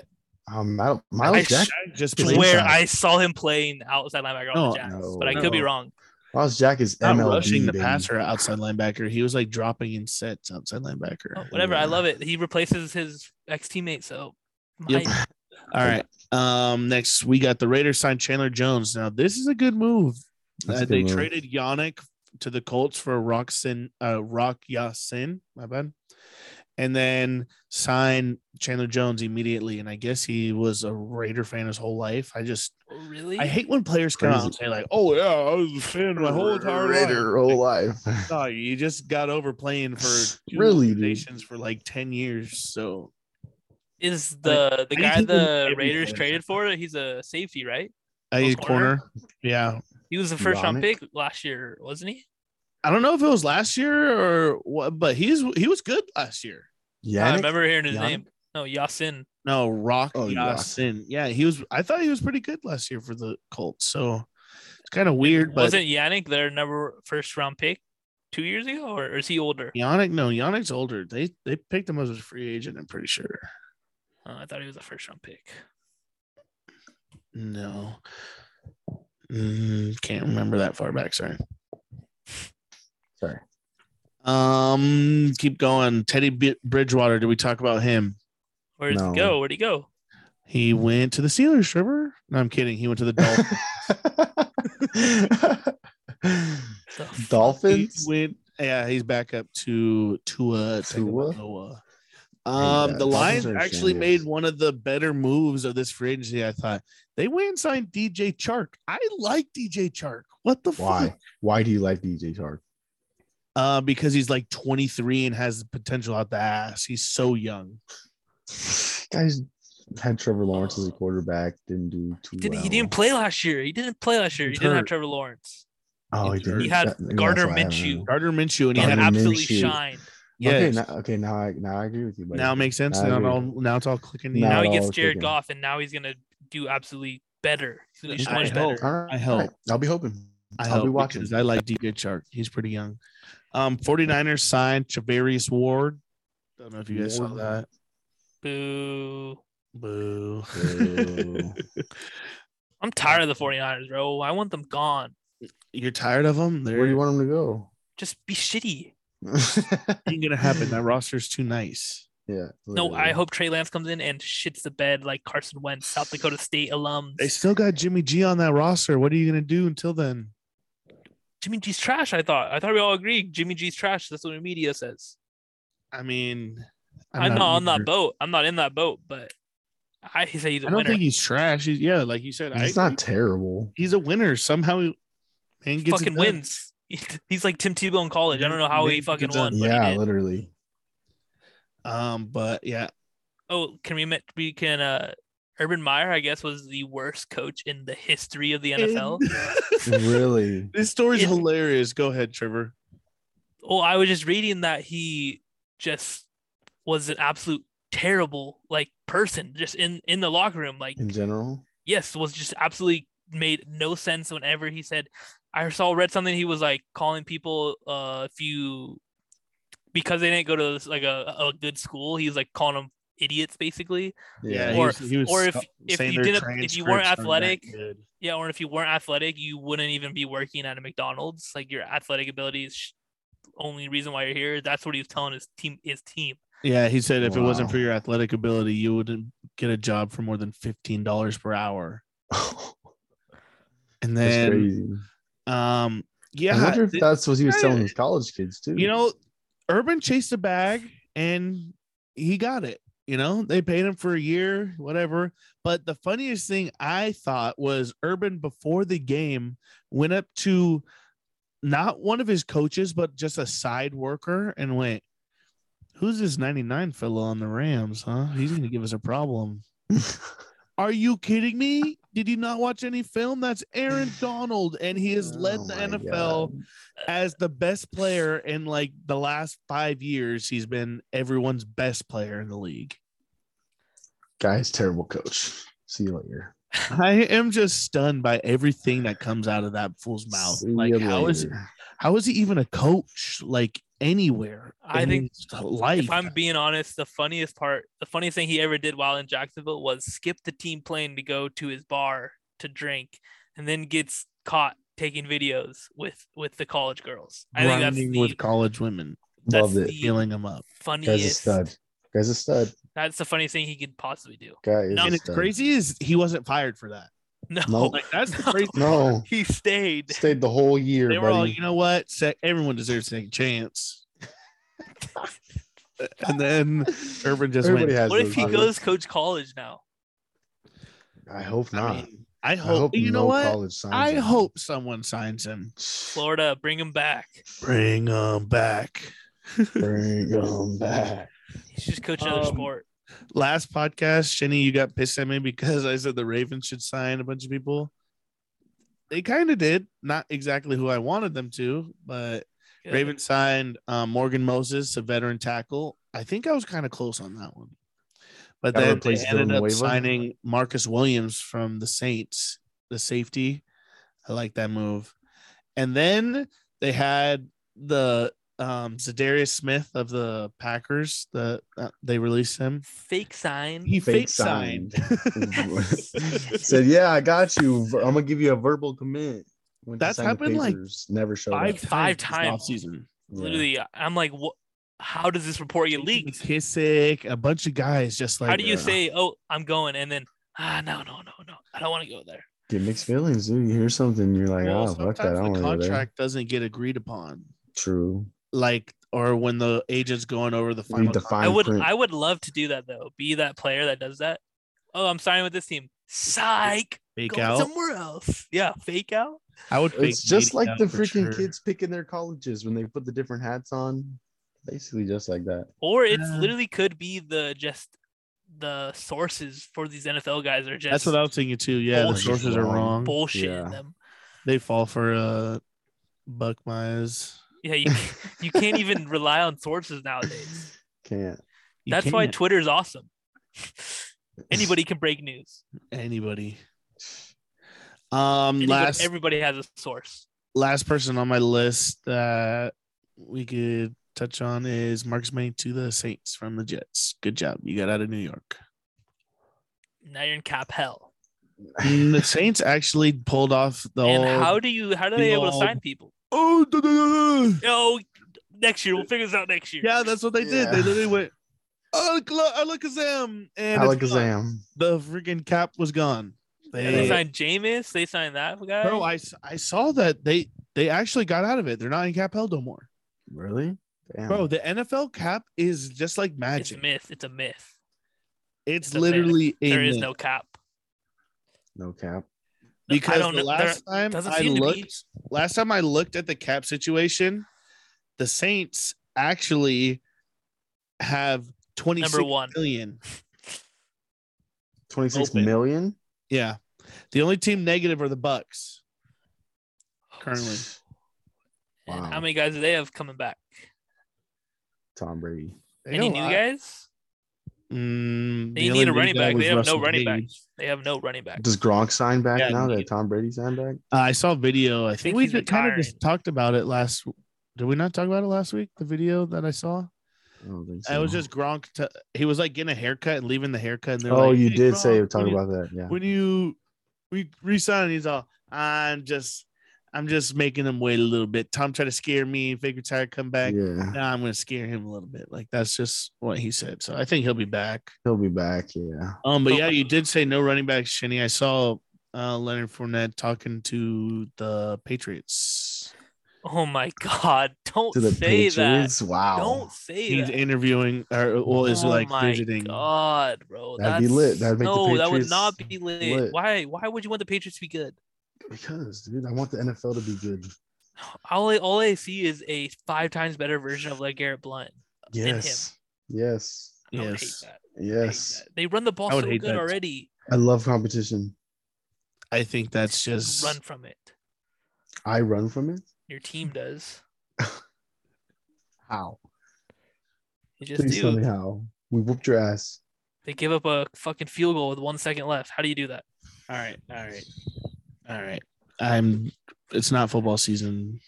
Speaker 1: Um, I don't- Miles
Speaker 3: I
Speaker 1: Jack.
Speaker 2: just
Speaker 1: He's
Speaker 3: Where
Speaker 1: inside. Oh,
Speaker 3: I saw him playing outside linebacker on
Speaker 2: No,
Speaker 3: the Jacks,
Speaker 1: no,
Speaker 3: but I could be
Speaker 2: no.
Speaker 3: wrong.
Speaker 1: Miles Jack is
Speaker 2: not
Speaker 1: MLB.
Speaker 2: rushing the
Speaker 1: baby.
Speaker 2: passer outside linebacker. He was like dropping in sets outside linebacker.
Speaker 3: Oh, whatever. I
Speaker 1: Yeah.
Speaker 3: love it. He replaces his ex teammate. So
Speaker 2: Yep.
Speaker 3: my-
Speaker 2: All right. Um, next we got the Raiders signed Chandler Jones. Now this is a good move.
Speaker 1: That's
Speaker 2: Uh,
Speaker 1: a good
Speaker 2: they
Speaker 1: move.
Speaker 2: traded Yannick to the Colts for Roxin, uh, Rock Yasin. My bad. And then signed Chandler Jones immediately. And I guess he was a Raider fan his whole life. I just
Speaker 3: Oh, really?
Speaker 2: I hate when players come out
Speaker 1: Crazy.
Speaker 2: and say like, "Oh yeah, I was a fan my whole entire
Speaker 1: Raider,
Speaker 2: life."
Speaker 1: whole
Speaker 2: Like,
Speaker 1: life.
Speaker 2: no, you just got over playing for two
Speaker 1: Really, dude.
Speaker 2: organizations for like ten years. So
Speaker 3: Is the the
Speaker 2: I
Speaker 3: guy
Speaker 2: think he was
Speaker 3: the
Speaker 2: every
Speaker 3: Raiders
Speaker 2: player.
Speaker 3: traded for? He's a safety, right?
Speaker 2: I
Speaker 3: Oh,
Speaker 2: corner. corner, yeah.
Speaker 3: He was the first round
Speaker 1: Yannick?
Speaker 3: pick last year, wasn't he?
Speaker 2: I don't know if it was last year or what, but he's he was good last year.
Speaker 1: Yeah,
Speaker 3: I remember hearing his
Speaker 1: Yannick?
Speaker 3: name. No, Yasin.
Speaker 2: No, Rock
Speaker 1: Oh, Rock.
Speaker 2: Yasin. Yeah, he was. I thought he was pretty good last year for the Colts. So it's kind of weird, but
Speaker 3: Wasn't Yannick their number first round pick two years ago, or, or is he older?
Speaker 2: Yannick. No, Yannick's older. They they picked him as a free agent. I'm pretty sure.
Speaker 3: Oh, I thought he was a first round pick.
Speaker 2: No, Mm, can't remember that far back. Sorry.
Speaker 1: Sorry.
Speaker 2: Um, keep going. Teddy B- Bridgewater. Did we talk about him?
Speaker 3: Where did
Speaker 1: No.
Speaker 3: he go? Where would he go?
Speaker 2: He went to the Steelers. Trevor? No, I'm kidding. He went to the Dolphins.
Speaker 3: The f-
Speaker 2: He
Speaker 1: Dolphins.
Speaker 2: went, yeah, he's back up to Tua.
Speaker 1: Tua?
Speaker 2: Tagovailoa. Um,
Speaker 1: Yeah,
Speaker 2: the
Speaker 1: Dolphins
Speaker 2: Lions
Speaker 1: are
Speaker 2: actually
Speaker 1: shambles.
Speaker 2: made one of the better moves of this free agency. I thought they went and signed DJ Chark. I like DJ Chark. What the
Speaker 1: Why?
Speaker 2: fuck?
Speaker 1: Why do you like DJ Chark?
Speaker 2: Uh, because he's like 23 and has the potential out the ass. He's so young.
Speaker 1: Guys had Trevor Lawrence as a quarterback. Didn't do too
Speaker 3: he didn't,
Speaker 1: well.
Speaker 3: he didn't play last year. He didn't play last year. He
Speaker 2: He's
Speaker 3: didn't have
Speaker 2: hurt.
Speaker 3: Trevor Lawrence.
Speaker 1: Oh, he didn't.
Speaker 3: He had
Speaker 1: That- that's
Speaker 3: Gardner
Speaker 1: what I don't
Speaker 3: Minshew.
Speaker 1: know.
Speaker 2: Gardner Minshew and he
Speaker 3: He had
Speaker 2: had
Speaker 1: Gardner
Speaker 3: absolutely
Speaker 1: Minshew.
Speaker 3: shined.
Speaker 1: Okay,
Speaker 2: yes.
Speaker 1: now, okay, now I now I agree with you. buddy.
Speaker 2: now it makes sense.
Speaker 1: I
Speaker 2: Now,
Speaker 1: agree.
Speaker 2: now, now it's all clicking.
Speaker 1: Now
Speaker 3: Now
Speaker 1: Not
Speaker 3: he
Speaker 1: all
Speaker 3: gets
Speaker 1: was
Speaker 3: Jared
Speaker 1: taken.
Speaker 3: Goff, and now he's gonna do absolutely better. He's gonna do so
Speaker 2: I
Speaker 3: much
Speaker 2: hope.
Speaker 3: better.
Speaker 1: All right,
Speaker 2: I hope.
Speaker 1: all right. I'll be hoping.
Speaker 2: I
Speaker 1: I'll
Speaker 2: hope
Speaker 1: be watching.
Speaker 2: because I like DJ Chark. He's pretty young. Um, 49ers signed Javarius Ward. Don't know if you guys saw
Speaker 1: Ward.
Speaker 2: that.
Speaker 3: Boo.
Speaker 2: Boo.
Speaker 1: Boo.
Speaker 3: I'm tired of the 49ers, bro. I want them gone.
Speaker 2: You're tired of them? They're
Speaker 1: Where do you want him to go?
Speaker 3: Just be shitty.
Speaker 2: ain't gonna happen. That roster's too nice.
Speaker 1: yeah.
Speaker 3: No, I
Speaker 1: literally.
Speaker 3: hope Trey Lance comes in and shits the bed like Carson Wentz, South Dakota State alums.
Speaker 2: They still got Jimmy G on that roster. What are you gonna do until then?
Speaker 3: Jimmy G's trash, I thought. I thought we all agreed Jimmy G's trash. That's what the media says.
Speaker 2: I mean,
Speaker 3: I'm, not on that
Speaker 2: either.
Speaker 3: boat. I'm not in that boat, but I say he's a
Speaker 2: I don't
Speaker 3: winner.
Speaker 2: think he's trash. He's, yeah, like you said, I
Speaker 1: He's
Speaker 2: agree.
Speaker 1: not terrible.
Speaker 2: He's a winner somehow. he- Man
Speaker 3: he
Speaker 2: gets it
Speaker 3: fucking
Speaker 2: done.
Speaker 3: wins. He's like Tim Tebow in college. I don't know how he
Speaker 2: Maybe
Speaker 3: fucking
Speaker 2: he's
Speaker 3: won.
Speaker 2: done.
Speaker 3: but he
Speaker 1: Yeah,
Speaker 3: did.
Speaker 1: literally.
Speaker 2: Um, but yeah,
Speaker 3: Oh, can we men- we can uh Urban Meyer, I guess, was the worst coach in the history of the NFL.
Speaker 1: Really.
Speaker 2: this story's
Speaker 3: It-
Speaker 2: hilarious. Go ahead, Trevor.
Speaker 3: Oh, I was just reading that he just was an absolute terrible like person just in in the locker room. Like
Speaker 1: In general.
Speaker 3: yes, was just absolutely made no sense whenever he said I saw read something he was like calling people uh if you because they didn't go to this, like a, a good school, he was like calling them idiots basically.
Speaker 1: Yeah.
Speaker 2: Yeah, he
Speaker 3: Or-
Speaker 2: was- he was
Speaker 3: or if-
Speaker 2: stu-
Speaker 3: if
Speaker 2: saying
Speaker 3: you
Speaker 2: their
Speaker 3: didn't- if you weren't
Speaker 2: transcripts aren't that
Speaker 3: athletic,
Speaker 2: good.
Speaker 3: Yeah, or if you weren't athletic, you wouldn't even be working at a McDonald's. Like your athletic ability is sh- only reason why you're here. That's what he was telling his team. His team.
Speaker 2: Yeah, he said if it wasn't
Speaker 1: Wow.
Speaker 2: for your athletic ability, you wouldn't get a job for more than fifteen dollars per hour. And
Speaker 1: That's
Speaker 2: then,
Speaker 1: crazy.
Speaker 2: um,
Speaker 1: I
Speaker 2: yeah,
Speaker 1: wonder if
Speaker 2: th-
Speaker 1: that's what he was
Speaker 2: yeah,
Speaker 1: telling
Speaker 2: yeah.
Speaker 1: his college kids too.
Speaker 2: you know, Urban chased a bag and he got it. You know, they paid him for a year, whatever. But the funniest thing I thought was Urban before the game went up to not one of his coaches, but just a side worker and went, Who's this 99 fella on the Rams, huh? He's going to give us a problem. Are you kidding me? Did you not watch any film? That's Aaron Donald, and he has led
Speaker 1: Oh
Speaker 2: the
Speaker 1: my
Speaker 2: NFL
Speaker 1: God.
Speaker 2: as the best player in like the last five years, he's been everyone's best player in the league.
Speaker 1: Guy's terrible coach. See you later.
Speaker 2: I am just stunned by everything that comes out of that fool's mouth.
Speaker 1: See
Speaker 2: Like,
Speaker 1: you
Speaker 2: how is
Speaker 1: later.
Speaker 2: how is he even a coach? Like anywhere?
Speaker 3: I
Speaker 2: in
Speaker 3: think
Speaker 2: his life.
Speaker 3: If I'm being honest, the funniest part, the funniest thing he ever did while in Jacksonville was skip the team plane to go to his bar to drink, and then gets caught taking videos with with the college girls. I think that's
Speaker 2: grinding
Speaker 3: the,
Speaker 2: with college women,
Speaker 3: that's
Speaker 1: Loved it.
Speaker 3: the
Speaker 2: feeling him up.
Speaker 1: Guy's a
Speaker 3: funniest.
Speaker 1: stud. Guy's a stud.
Speaker 3: That's the funniest thing he could possibly do.
Speaker 1: Guy is
Speaker 3: No,
Speaker 1: a
Speaker 2: And it's
Speaker 1: stud.
Speaker 2: crazy is he wasn't fired for that.
Speaker 3: No,
Speaker 1: Nope.
Speaker 2: Like that's the
Speaker 3: No.
Speaker 2: crazy.
Speaker 1: No,
Speaker 3: he stayed.
Speaker 1: stayed the whole year,
Speaker 2: They were all,
Speaker 1: buddy.
Speaker 2: you know what? Sec- everyone deserves a second chance. and then Urban just
Speaker 1: Everybody
Speaker 2: went.
Speaker 1: has.
Speaker 3: What if
Speaker 1: those
Speaker 3: he
Speaker 1: moments.
Speaker 3: goes coach college now?
Speaker 1: I hope not.
Speaker 2: I,
Speaker 1: I,
Speaker 2: mean, I hope,
Speaker 1: hope,
Speaker 2: you know
Speaker 1: no
Speaker 2: what?
Speaker 1: College signs
Speaker 2: I
Speaker 1: him.
Speaker 2: hope someone signs him.
Speaker 3: Florida, bring him back.
Speaker 2: Bring him back.
Speaker 1: Bring him back.
Speaker 3: He's just coach another
Speaker 2: Um,
Speaker 3: sport.
Speaker 2: Last podcast, Shinny, you got pissed at me because I said the Ravens should sign a bunch of people. They kind of did, not exactly who I wanted them to, but
Speaker 3: Good.
Speaker 2: Ravens signed um, Morgan Moses, a veteran tackle. I think I was kind of close on that one. But
Speaker 1: Gotta
Speaker 2: then they
Speaker 1: replace
Speaker 2: ended
Speaker 1: Dylan
Speaker 2: up
Speaker 1: Wavell.
Speaker 2: signing Marcus Williams from the Saints, the safety. I like that move. And then they had the um, Zadarius Smith of the Packers. The uh, they released him.
Speaker 3: fake sign.
Speaker 2: He fake,
Speaker 1: Fake
Speaker 2: signed.
Speaker 1: Said, "Yeah, I got you. I'm gonna give you a verbal commit." Went to
Speaker 2: That's
Speaker 1: sign the
Speaker 2: happened, like,
Speaker 1: papers, never showed
Speaker 2: five
Speaker 1: up.
Speaker 3: Five
Speaker 2: times
Speaker 3: times.
Speaker 2: this offseason.
Speaker 1: Yeah.
Speaker 3: Literally, I'm like, what? How does this report get leaked?
Speaker 2: Kissick, a bunch of guys just like
Speaker 3: How do you
Speaker 2: uh,
Speaker 3: say, "Oh, I'm going," and then, ah, no, no, no, no, I don't want to go there.
Speaker 1: Get mixed feelings, dude. You hear something, you're like,
Speaker 2: Well,
Speaker 1: "Oh, fuck that. I
Speaker 2: sometimes
Speaker 1: don't
Speaker 2: the
Speaker 1: want to go there."
Speaker 2: contract doesn't get agreed upon,
Speaker 1: True.
Speaker 2: like or when the agent's going over the final.
Speaker 1: Read the
Speaker 2: con-
Speaker 1: fine
Speaker 3: I would,
Speaker 1: print.
Speaker 3: I would love to do that though. Be that player that does that. Oh, I'm signing with this team. Psych.
Speaker 2: fake
Speaker 3: Go
Speaker 2: out.
Speaker 3: somewhere else. Yeah, fake out.
Speaker 2: I would. Fake
Speaker 1: it's just
Speaker 2: dating
Speaker 1: like
Speaker 2: out
Speaker 1: the
Speaker 2: for
Speaker 1: freaking
Speaker 2: sure.
Speaker 1: kids picking their colleges when they put the different hats on. Basically, just like that.
Speaker 3: Or it's
Speaker 2: Yeah.
Speaker 3: literally could be the just the sources for these NFL guys are just
Speaker 2: That's what I was thinking too. Yeah, the
Speaker 3: Bullshit.
Speaker 2: sources are wrong.
Speaker 3: bullshitting
Speaker 1: Yeah.
Speaker 3: them.
Speaker 2: They fall for uh, Buck Myers.
Speaker 3: Yeah, you you can't even rely on sources nowadays.
Speaker 1: Can't.
Speaker 2: You
Speaker 3: That's why
Speaker 2: can't.
Speaker 3: Twitter's awesome. Anybody can break news.
Speaker 2: anybody. Um,
Speaker 3: Anybody,
Speaker 2: last
Speaker 3: Everybody has a source.
Speaker 2: last person on my list that we could touch on is Marcus May to the Saints from the Jets. Good job, you got out of New York.
Speaker 3: Now you're in cap hell.
Speaker 2: Mm, the Saints actually pulled off the
Speaker 3: and
Speaker 2: whole-
Speaker 3: how do you how are they
Speaker 2: the
Speaker 3: able to
Speaker 2: old-
Speaker 3: sign people?
Speaker 2: oh duh, duh, duh, duh.
Speaker 3: Oh, next year we'll figure this out next year.
Speaker 2: yeah, that's what they did.
Speaker 1: Yeah.
Speaker 2: They literally went oh Gla- Alakazam and it's gone.
Speaker 1: Alakazam.
Speaker 2: the freaking cap was gone.
Speaker 3: And
Speaker 2: They,
Speaker 3: they signed Jameis. They signed that guy.
Speaker 2: bro, I, s- I saw that they they actually got out of it. They're not in cap hell no more,
Speaker 1: Really? Damn.
Speaker 2: bro. The NFL cap is just like
Speaker 3: it's a
Speaker 2: magic.
Speaker 3: myth. It's a myth.
Speaker 2: It's,
Speaker 3: It's a myth.
Speaker 2: literally a
Speaker 3: There is
Speaker 2: myth.
Speaker 3: no cap.
Speaker 1: no cap.
Speaker 3: No,
Speaker 2: because
Speaker 3: I don't
Speaker 2: the
Speaker 3: know. There-
Speaker 2: last time
Speaker 3: doesn't
Speaker 2: I
Speaker 3: seem to be.
Speaker 2: looked, last time I looked at the cap situation, the Saints actually have twenty six
Speaker 3: number one.
Speaker 2: million.
Speaker 1: Twenty six
Speaker 2: Open.
Speaker 1: million.
Speaker 2: Yeah, the only team negative are the Bucks currently.
Speaker 3: And
Speaker 1: Wow.
Speaker 3: How many guys do they have coming back?
Speaker 1: Tom Brady.
Speaker 2: They
Speaker 3: Any
Speaker 2: don't
Speaker 3: new
Speaker 2: lie.
Speaker 3: guys?
Speaker 2: Mm,
Speaker 3: They
Speaker 2: the
Speaker 3: need
Speaker 2: only
Speaker 3: a running
Speaker 2: new guy
Speaker 3: back.
Speaker 2: was
Speaker 3: They have no
Speaker 2: Russell
Speaker 3: running back.
Speaker 2: Gage.
Speaker 3: They have no running back.
Speaker 1: Does Gronk sign back
Speaker 2: Yeah,
Speaker 1: now
Speaker 2: he-
Speaker 1: that Tom Brady signed back?
Speaker 2: Uh, I saw a video. I, think,
Speaker 3: think
Speaker 2: we
Speaker 3: he's
Speaker 2: did, kind of just
Speaker 3: retiring.
Speaker 2: talked about it last. Did we not talk about it last week? The video that I saw.
Speaker 1: I don't think
Speaker 2: I was just Gronk. t- he was like getting a haircut and leaving the haircut. And they're
Speaker 1: Oh,
Speaker 2: like,
Speaker 1: you
Speaker 2: "Hey,
Speaker 1: did
Speaker 2: Gronk,
Speaker 1: say
Speaker 2: when
Speaker 1: talk
Speaker 2: you-
Speaker 1: about that. Yeah.
Speaker 2: when you we resign, he's all I'm just I'm just making him wait a little bit. Tom tried to scare me, fake retire, come back.
Speaker 1: Yeah,
Speaker 2: Now I'm gonna scare him a little bit. Like that's just what he said. So I think he'll be back.
Speaker 1: he'll be back. Yeah,
Speaker 2: Um, but
Speaker 3: Oh.
Speaker 2: yeah, you did say no running backs, Shinny. I saw uh, Leonard Fournette talking to the Patriots.
Speaker 3: Oh my god! Don't
Speaker 1: to the
Speaker 3: say
Speaker 1: Patriots. Wow,
Speaker 3: that. Don't say
Speaker 2: He's
Speaker 3: that.
Speaker 2: interviewing, or well, is
Speaker 3: oh
Speaker 2: like
Speaker 3: my
Speaker 2: visiting.
Speaker 3: God, bro,
Speaker 1: That'd be
Speaker 3: that's-
Speaker 1: lit. That'd make the
Speaker 3: no, that would
Speaker 1: Patriots
Speaker 3: not be lit.
Speaker 1: lit.
Speaker 3: Why? Why would you want the Patriots to be good?
Speaker 1: because dude, I want the NFL to be good.
Speaker 3: All I, all I see is a five times better version of like Garrett Blunt.
Speaker 1: Yes, yes,
Speaker 3: I would hate
Speaker 2: Yes,
Speaker 3: that. I hate
Speaker 1: yes.
Speaker 3: that. They run the ball
Speaker 2: I would
Speaker 3: so
Speaker 2: hate
Speaker 3: good
Speaker 2: that.
Speaker 3: already.
Speaker 1: I love competition.
Speaker 2: I think that's
Speaker 3: Just
Speaker 2: just
Speaker 3: run from it.
Speaker 1: I run from it.
Speaker 3: Your team does.
Speaker 1: How?
Speaker 3: You just
Speaker 1: Please tell
Speaker 3: do.
Speaker 1: me how. We whooped your ass.
Speaker 3: They give up a fucking field goal with one second left. How do you do that?
Speaker 2: all right, all right, all right. I'm. It's not football season.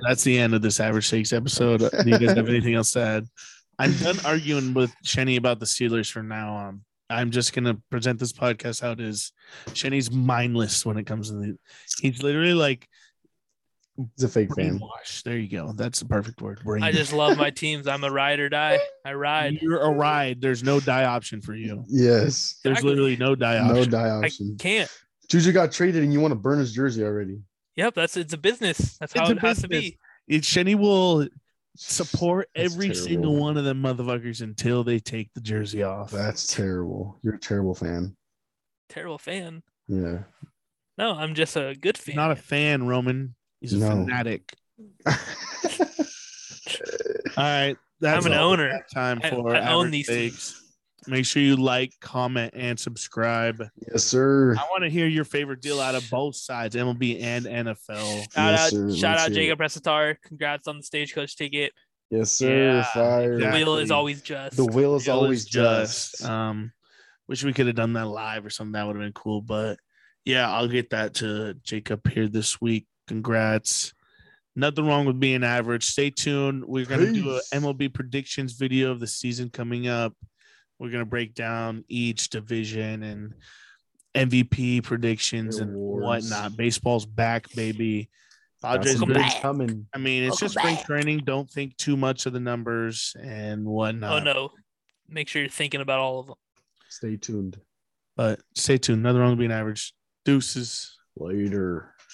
Speaker 2: that's the end of this average shakes episode. Uh, Do you guys have anything else to add? I'm done arguing with Shenny about the Steelers from now on. I'm just gonna present this podcast how it is. Shenny's mindless when it comes to the. He's literally like
Speaker 1: He's a fake fan.
Speaker 2: brainwashed. There you go. That's the perfect word. Brainwashed.
Speaker 3: I just love my teams. I'm a ride or die. I ride.
Speaker 2: You're a ride. There's no die option for you.
Speaker 1: Yes.
Speaker 2: There's
Speaker 3: Exactly.
Speaker 2: literally no die option.
Speaker 1: No die
Speaker 3: I
Speaker 1: option.
Speaker 3: can't.
Speaker 1: Juju got traded and you want to burn his jersey already.
Speaker 3: Yep, that's it's a business. That's how
Speaker 2: It's a
Speaker 3: it has to
Speaker 2: business.
Speaker 3: be.
Speaker 2: It, Shenny will support
Speaker 1: That's
Speaker 2: every
Speaker 1: terrible.
Speaker 2: single one of them motherfuckers until they take the jersey off.
Speaker 1: That's terrible. You're a terrible fan.
Speaker 3: Terrible fan.
Speaker 1: Yeah.
Speaker 3: No, I'm just a good fan.
Speaker 2: Not a fan, Roman. He's a
Speaker 1: No.
Speaker 2: fanatic. All right.
Speaker 3: I'm
Speaker 2: That's
Speaker 3: an
Speaker 2: all we
Speaker 3: owner.
Speaker 2: have Time
Speaker 3: I-
Speaker 2: for
Speaker 3: I own
Speaker 2: average
Speaker 3: these
Speaker 2: takes. Make sure you like, comment, and subscribe.
Speaker 1: yes, sir.
Speaker 2: I want to hear your favorite deal out of both sides, MLB and NFL.
Speaker 3: Shout
Speaker 1: Yes,
Speaker 3: out,
Speaker 1: sir.
Speaker 3: shout
Speaker 1: Let's
Speaker 3: out,
Speaker 1: hear
Speaker 3: Jacob Prestatar. Congrats on the stagecoach ticket.
Speaker 1: Yes, sir.
Speaker 2: Yeah,
Speaker 1: Fire.
Speaker 3: The
Speaker 2: exactly.
Speaker 3: wheel is always just.
Speaker 1: The will is
Speaker 2: Deal is
Speaker 1: always just.
Speaker 2: Um, wish we could have done that live or something. That would have been cool. But yeah, I'll get that to Jacob here this week. Congrats. Nothing wrong with being average. Stay tuned. We're gonna do
Speaker 1: Peace.
Speaker 2: an MLB predictions video of the season coming up. We're gonna break down each division and MVP predictions and
Speaker 1: Awards.
Speaker 2: whatnot. Baseball's back, baby.
Speaker 1: Got
Speaker 2: Padres
Speaker 1: some
Speaker 3: Welcome
Speaker 2: been-
Speaker 1: big coming.
Speaker 2: I mean, it's just spring training. Don't think too much of the numbers and whatnot.
Speaker 3: oh no! Make sure you're thinking about all of them.
Speaker 1: Stay tuned.
Speaker 2: But stay tuned. Another wrong being average. Deuces.
Speaker 1: Later.